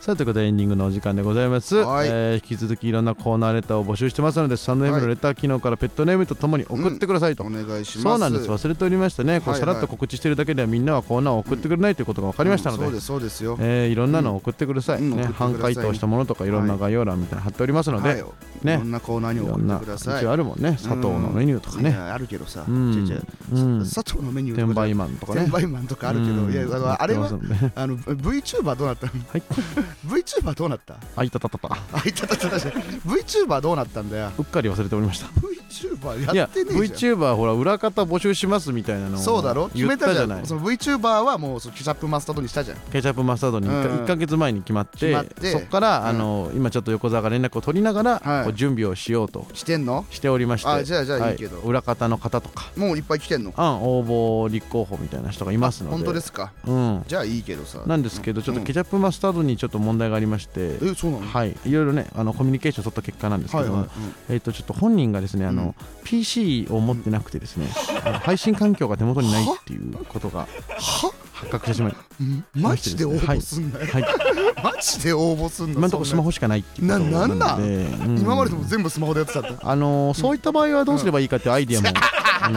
Speaker 1: さあということでエンディングのお時間でございます、
Speaker 2: はい
Speaker 1: えー引き続きいろんなコーナーレターを募集してますのでサンド M
Speaker 2: はい
Speaker 1: のレター機能からペットネームとともに送ってくださいと、
Speaker 2: 願いし
Speaker 1: そうなんです忘れておりましたねこう
Speaker 2: はい
Speaker 1: さ
Speaker 2: はい
Speaker 1: らっと告知してるだけではみんなはコーナーを送ってくれないということが分かりましたので、
Speaker 2: すそうですよ
Speaker 1: えーいろんなのを送ってください、
Speaker 2: うん
Speaker 1: ね
Speaker 2: 送ってください
Speaker 1: 半回答したものとかいろんな概要欄みたいなの貼っておりますので、い、ねいろん
Speaker 2: なコーナー
Speaker 1: ろんな一応あるもんね佐藤のメニューとか
Speaker 2: い
Speaker 1: ね
Speaker 2: やあるけどさ、
Speaker 1: うん
Speaker 2: 違う違う
Speaker 1: うん
Speaker 2: 佐藤のメニュー
Speaker 1: 転
Speaker 2: とか
Speaker 1: 売マンとかね
Speaker 2: 転売マンとかあるけど、
Speaker 1: うん
Speaker 2: いやあのあれ
Speaker 1: やっ
Speaker 2: は
Speaker 1: てますので
Speaker 2: あの VTuber どうなったの、
Speaker 1: い
Speaker 2: VTuber どうなった
Speaker 1: あいたたたた
Speaker 2: あいたたたた VTuber どうなったんだよ
Speaker 1: うっかり忘れておりました
Speaker 2: VTuber
Speaker 1: い
Speaker 2: や
Speaker 1: や
Speaker 2: ってねえじゃん
Speaker 1: VTuber ほら裏方募集しますみたいなのを
Speaker 2: そうだろ決
Speaker 1: 言
Speaker 2: め
Speaker 1: った
Speaker 2: た
Speaker 1: じ
Speaker 2: じ
Speaker 1: ゃ
Speaker 2: ゃ
Speaker 1: な
Speaker 2: ないいその VTuber はもうそうケチャップマスタードにしたじゃん
Speaker 1: ケチャップマスタードに 1,
Speaker 2: うんうん
Speaker 1: ヶ月前に決まって
Speaker 2: 決まって
Speaker 1: そこから、
Speaker 2: うん
Speaker 1: あの今ちょっと横澤が連絡を取りながら、
Speaker 2: はい
Speaker 1: こう準備をしようと
Speaker 2: してんの
Speaker 1: しておりまして
Speaker 2: あじゃあじゃあ
Speaker 1: はい
Speaker 2: いけど、
Speaker 1: 裏方の方とか、
Speaker 2: もういっぱい来てんの
Speaker 1: うん、応募立候補みたいな人がいますので
Speaker 2: 本当ですか
Speaker 1: うん、
Speaker 2: じゃあいいけどさ
Speaker 1: なんですけどちょっと
Speaker 2: うん
Speaker 1: ケチャップマスタードにちょっと問題がありまして、
Speaker 2: えそうなの
Speaker 1: はいいろいろねあのコミュニケーションを取った結果なんですけ
Speaker 2: は
Speaker 1: ど
Speaker 2: い
Speaker 1: も、
Speaker 2: はい、
Speaker 1: えっとちょっと本人がですねあの、の PC を持ってなくてですねあの配信環境が手元にないっていうことが
Speaker 2: は
Speaker 1: 発覚してしまい
Speaker 2: んマジで応募すんなよ、
Speaker 1: はい
Speaker 2: マジで応募すんな
Speaker 1: 今のところスマ
Speaker 2: ホ
Speaker 1: ホしかないっていうことなので
Speaker 2: ななん
Speaker 1: うん
Speaker 2: 今まででも全部スマホでやってたって
Speaker 1: あのーそういった場合はどうすればいいかっていうアイディアも、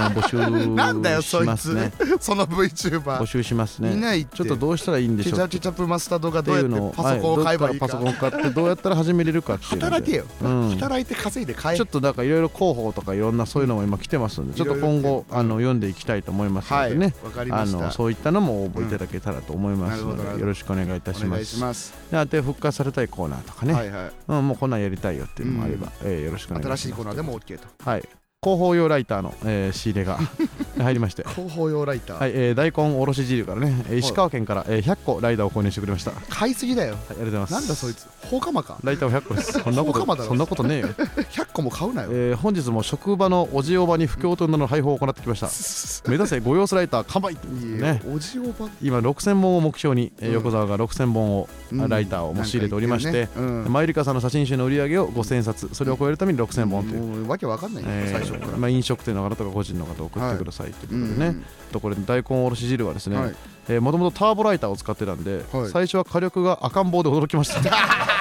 Speaker 1: あの募集しますね
Speaker 2: なんだよそいつ、 その VTuber
Speaker 1: 募集しますね
Speaker 2: いないって
Speaker 1: ちょっとどうしたらいいんで
Speaker 2: ケチ
Speaker 1: しょう
Speaker 2: ャ
Speaker 1: って
Speaker 2: ケチャップマスタードがどう
Speaker 1: い
Speaker 2: やっ
Speaker 1: う
Speaker 2: て
Speaker 1: のを
Speaker 2: パソコンを買えばいいか、
Speaker 1: はいどうやったらパソコンを買ってどうやったら始めれるかっていうので
Speaker 2: 働けよ、
Speaker 1: うん
Speaker 2: 働いて稼いで買え
Speaker 1: ちょっとだからいろいろ広報とかいろんなそういうのも今来てますんでちょっと今
Speaker 2: いろいろ
Speaker 1: 後あの読んでいきたいと思いますの
Speaker 2: はい
Speaker 1: で
Speaker 2: わ
Speaker 1: ね、
Speaker 2: かり
Speaker 1: あ
Speaker 2: ました
Speaker 1: のそういったのも応募いただけたらと思います
Speaker 2: うんなるほ
Speaker 1: の
Speaker 2: ど
Speaker 1: で、
Speaker 2: なるほど
Speaker 1: よろしくお願いいたし
Speaker 2: お
Speaker 1: ま
Speaker 2: 願
Speaker 1: す
Speaker 2: いします
Speaker 1: であとは復活されたいコーナーとかね、
Speaker 2: はいはい
Speaker 1: うん、もうこんなんやりたいよっていうのもあれば、えーよろしくお願いしま
Speaker 2: 新
Speaker 1: す
Speaker 2: しいコーナーでも OK と
Speaker 1: はい広報用ライターの、えー仕入れ が入りまして
Speaker 2: 広報用ライター、
Speaker 1: はい、えー大根おろし汁からね、えー石川県から、えー100個ライダーを購入してくれました、はい、
Speaker 2: 買いすぎだよ
Speaker 1: ありがとうございます
Speaker 2: なんだそいつ放火魔か
Speaker 1: ライターを100個です そんなこ
Speaker 2: 放火魔
Speaker 1: と
Speaker 2: だろ
Speaker 1: そんなことねえよ、
Speaker 2: 100個も買うな
Speaker 1: え
Speaker 2: よ
Speaker 1: ー本日も職場のおじおばに不況となの配布を行ってきました 目指せご様子ライター乾杯
Speaker 2: いい
Speaker 1: ね
Speaker 2: おじおば
Speaker 1: 今6000本を目標に、えー
Speaker 2: うん
Speaker 1: 横澤が6000本を、
Speaker 2: うん
Speaker 1: ライターをも仕入れておりまして
Speaker 2: なんか言ってるねうん
Speaker 1: マユリカさんの写真集の売り上げを5000冊それを超えるために6000本という、
Speaker 2: もうわけわかんないよ、
Speaker 1: えー
Speaker 2: 最初から、
Speaker 1: まあ、飲食店の方とか個人の方送ってくださいということでね、
Speaker 2: うん
Speaker 1: とこれ大根おろし汁はですね、
Speaker 2: はい
Speaker 1: えもともとターボライターを使ってたんで、
Speaker 2: はい
Speaker 1: 最初は火力が赤ん坊で驚きました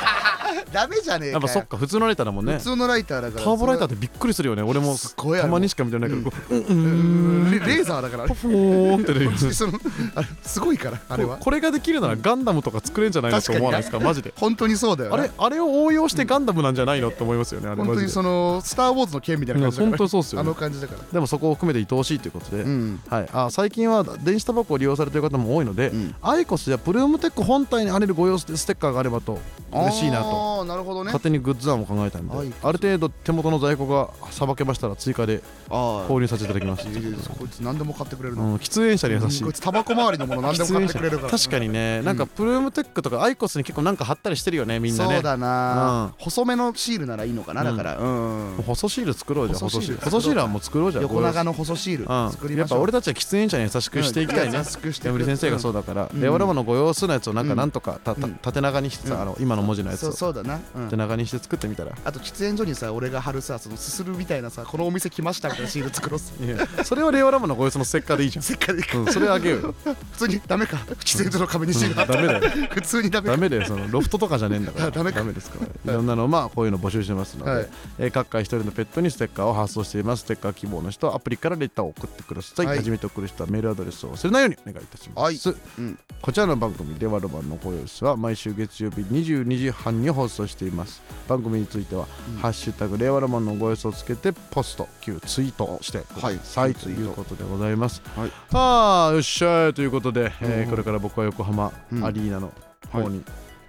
Speaker 2: ダメじゃねえか
Speaker 1: やっぱそっか普通のライターだもんね
Speaker 2: 普通のライターだか
Speaker 1: タ
Speaker 2: ら
Speaker 1: ーボライターっ
Speaker 2: で
Speaker 1: てびっくりするよね俺も
Speaker 2: すごいあれ
Speaker 1: たまにしか見てないけど、こう
Speaker 2: レレーザーだからあれ
Speaker 1: フォーンって出る
Speaker 2: そのあれすごいからあれは
Speaker 1: これができるならガンダムとか作れんじゃないのと思わないですかマジで
Speaker 2: 本当にそうだよ
Speaker 1: あ
Speaker 2: ね
Speaker 1: れあれを応用してガンダムなんじゃないのって思いますよねあれ
Speaker 2: 本
Speaker 1: マ
Speaker 2: 当
Speaker 1: ジ
Speaker 2: に
Speaker 1: で
Speaker 2: その「スター・ウォーズ」の剣みたいな感じだ
Speaker 1: い
Speaker 2: か
Speaker 1: や
Speaker 2: ら
Speaker 1: 本当そうっすよね
Speaker 2: あの感じだから
Speaker 1: でもそこを含めて愛おしいということで、
Speaker 2: うん
Speaker 1: はい、あ最近は電子タバコを利用されている方も多いので、
Speaker 2: ん
Speaker 1: アイコスやプルームテック本体にあれるご用ステッカーがあればと嬉しいなと
Speaker 2: ああなるほどね
Speaker 1: 勝手にグッズ案も考えたんで、
Speaker 2: はい
Speaker 1: ある程度手元の在庫がさばけましたら追加で
Speaker 2: あ
Speaker 1: 購入させていただきます、
Speaker 2: いいですこいつ何でも買ってくれる
Speaker 1: う
Speaker 2: の
Speaker 1: ん、喫煙者に優しい
Speaker 2: こいつタバコ周りのもの何でも
Speaker 1: 喫
Speaker 2: 買っ
Speaker 1: 煙
Speaker 2: て
Speaker 1: 者
Speaker 2: くれるから
Speaker 1: 確かにねなんかプルームテックとかアイコスに結構なんか貼ったりしてるよねみんなね
Speaker 2: そうだな
Speaker 1: う
Speaker 2: 細めのシールならいいのかなだからうん
Speaker 1: もう細シール作ろうじゃん
Speaker 2: 細
Speaker 1: 細
Speaker 2: シ
Speaker 1: シ
Speaker 2: ー
Speaker 1: ー
Speaker 2: ル
Speaker 1: ル細シールはもう作ろうじゃん
Speaker 2: 横長の細シール作
Speaker 1: う
Speaker 2: り
Speaker 1: ん、や
Speaker 2: ま
Speaker 1: っ
Speaker 2: し
Speaker 1: ぱ
Speaker 2: ょう
Speaker 1: 俺たちは喫煙者に優しくしていきたいね
Speaker 2: うん優しくして
Speaker 1: 眠り先生がそうだから、レオラマのご様子のやつをなんかなんとかた、た
Speaker 2: うん
Speaker 1: 縦長にしてさ、あの今の文字のやつ
Speaker 2: そう
Speaker 1: を
Speaker 2: そうだなうん
Speaker 1: 縦長にして作ってみたら、
Speaker 2: あと喫煙所にさ俺が貼るさそのすするみたいなさこのお店来ましたみたいなシール作ろうっす
Speaker 1: いやそれはレオラマのご様子のステッカーでいいじゃん、
Speaker 2: せっかく
Speaker 1: うん、それあげよ うよ
Speaker 2: 普通にダメか喫煙所の壁にシール貼っ
Speaker 1: ダメだよ
Speaker 2: た普通にダメ
Speaker 1: ダ
Speaker 2: か
Speaker 1: メだよそのロフトとかじゃねえんだから
Speaker 2: ダメか
Speaker 1: ですからいろんなのまあこういうの募集してますので、
Speaker 2: はい
Speaker 1: えー各界一人のペットにステッカーを発送していますステッカー希望の人はアプリからレターを送ってください、
Speaker 2: はい
Speaker 1: 初めて送る人はメールアドレスを忘れないようにお願いいたします、
Speaker 2: うん
Speaker 1: こちらの番組「デワロマンのご様子」は毎週月曜日22時半に放送しています番組については「ハッシュタグ令和ロマンのご様子」をつけてポスト旧ツイートをしてください、
Speaker 2: はい
Speaker 1: ということでございます、
Speaker 2: はい
Speaker 1: ああよっしゃーということで、えーこれから僕は横浜
Speaker 2: うん
Speaker 1: アリーナの方に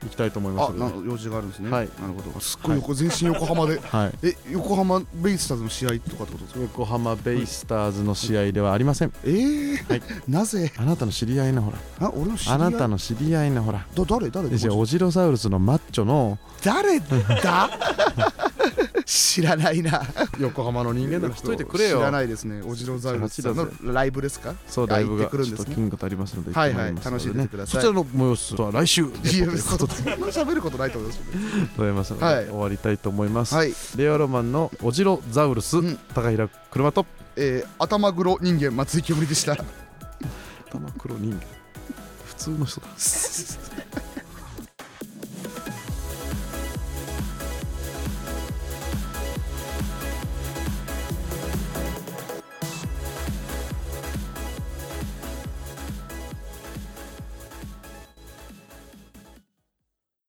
Speaker 1: 行きたいと思いま
Speaker 2: あ
Speaker 1: すので、
Speaker 2: な用事があるんですね
Speaker 1: はい
Speaker 2: なるほどすっごい横全身横浜で
Speaker 1: はい、
Speaker 2: え横浜ベイスターズの試合とかってことですか
Speaker 1: 横浜ベイスターズの試合ではありません、
Speaker 2: えー
Speaker 1: はい
Speaker 2: なぜ
Speaker 1: あなたの知り合いのほら
Speaker 2: あ俺の知り合
Speaker 1: あ
Speaker 2: い
Speaker 1: なた
Speaker 2: だ
Speaker 1: の知り合いのほら
Speaker 2: 誰誰
Speaker 1: ですよオジロサウルスのマッチョの
Speaker 2: 誰 だ知らないな
Speaker 1: 横浜の人間ならしといてくれよ
Speaker 2: 知らないですねオジロザウルスさんのライブですか
Speaker 1: そうライブ
Speaker 2: あ行っ
Speaker 1: が
Speaker 2: てく
Speaker 1: ち
Speaker 2: るん
Speaker 1: ょ
Speaker 2: で
Speaker 1: っ
Speaker 2: す
Speaker 1: と
Speaker 2: ね
Speaker 1: 金額ありますので
Speaker 2: はいはい
Speaker 1: 行ってまいりますので
Speaker 2: 楽しんでてください
Speaker 1: そちらの模様は来週
Speaker 2: い
Speaker 1: レ
Speaker 2: や
Speaker 1: ポ
Speaker 2: 嘘
Speaker 1: ということ
Speaker 2: だ
Speaker 1: で
Speaker 2: そんな喋ることないと思いますけど
Speaker 1: ございますので、
Speaker 2: はい
Speaker 1: 終わりたいと思います、
Speaker 2: はい
Speaker 1: レオロマンのオジロザウルス、
Speaker 2: うん
Speaker 1: 高平車と
Speaker 2: えー頭黒人間 松井清美でした
Speaker 1: 玉黒人間普通の人だ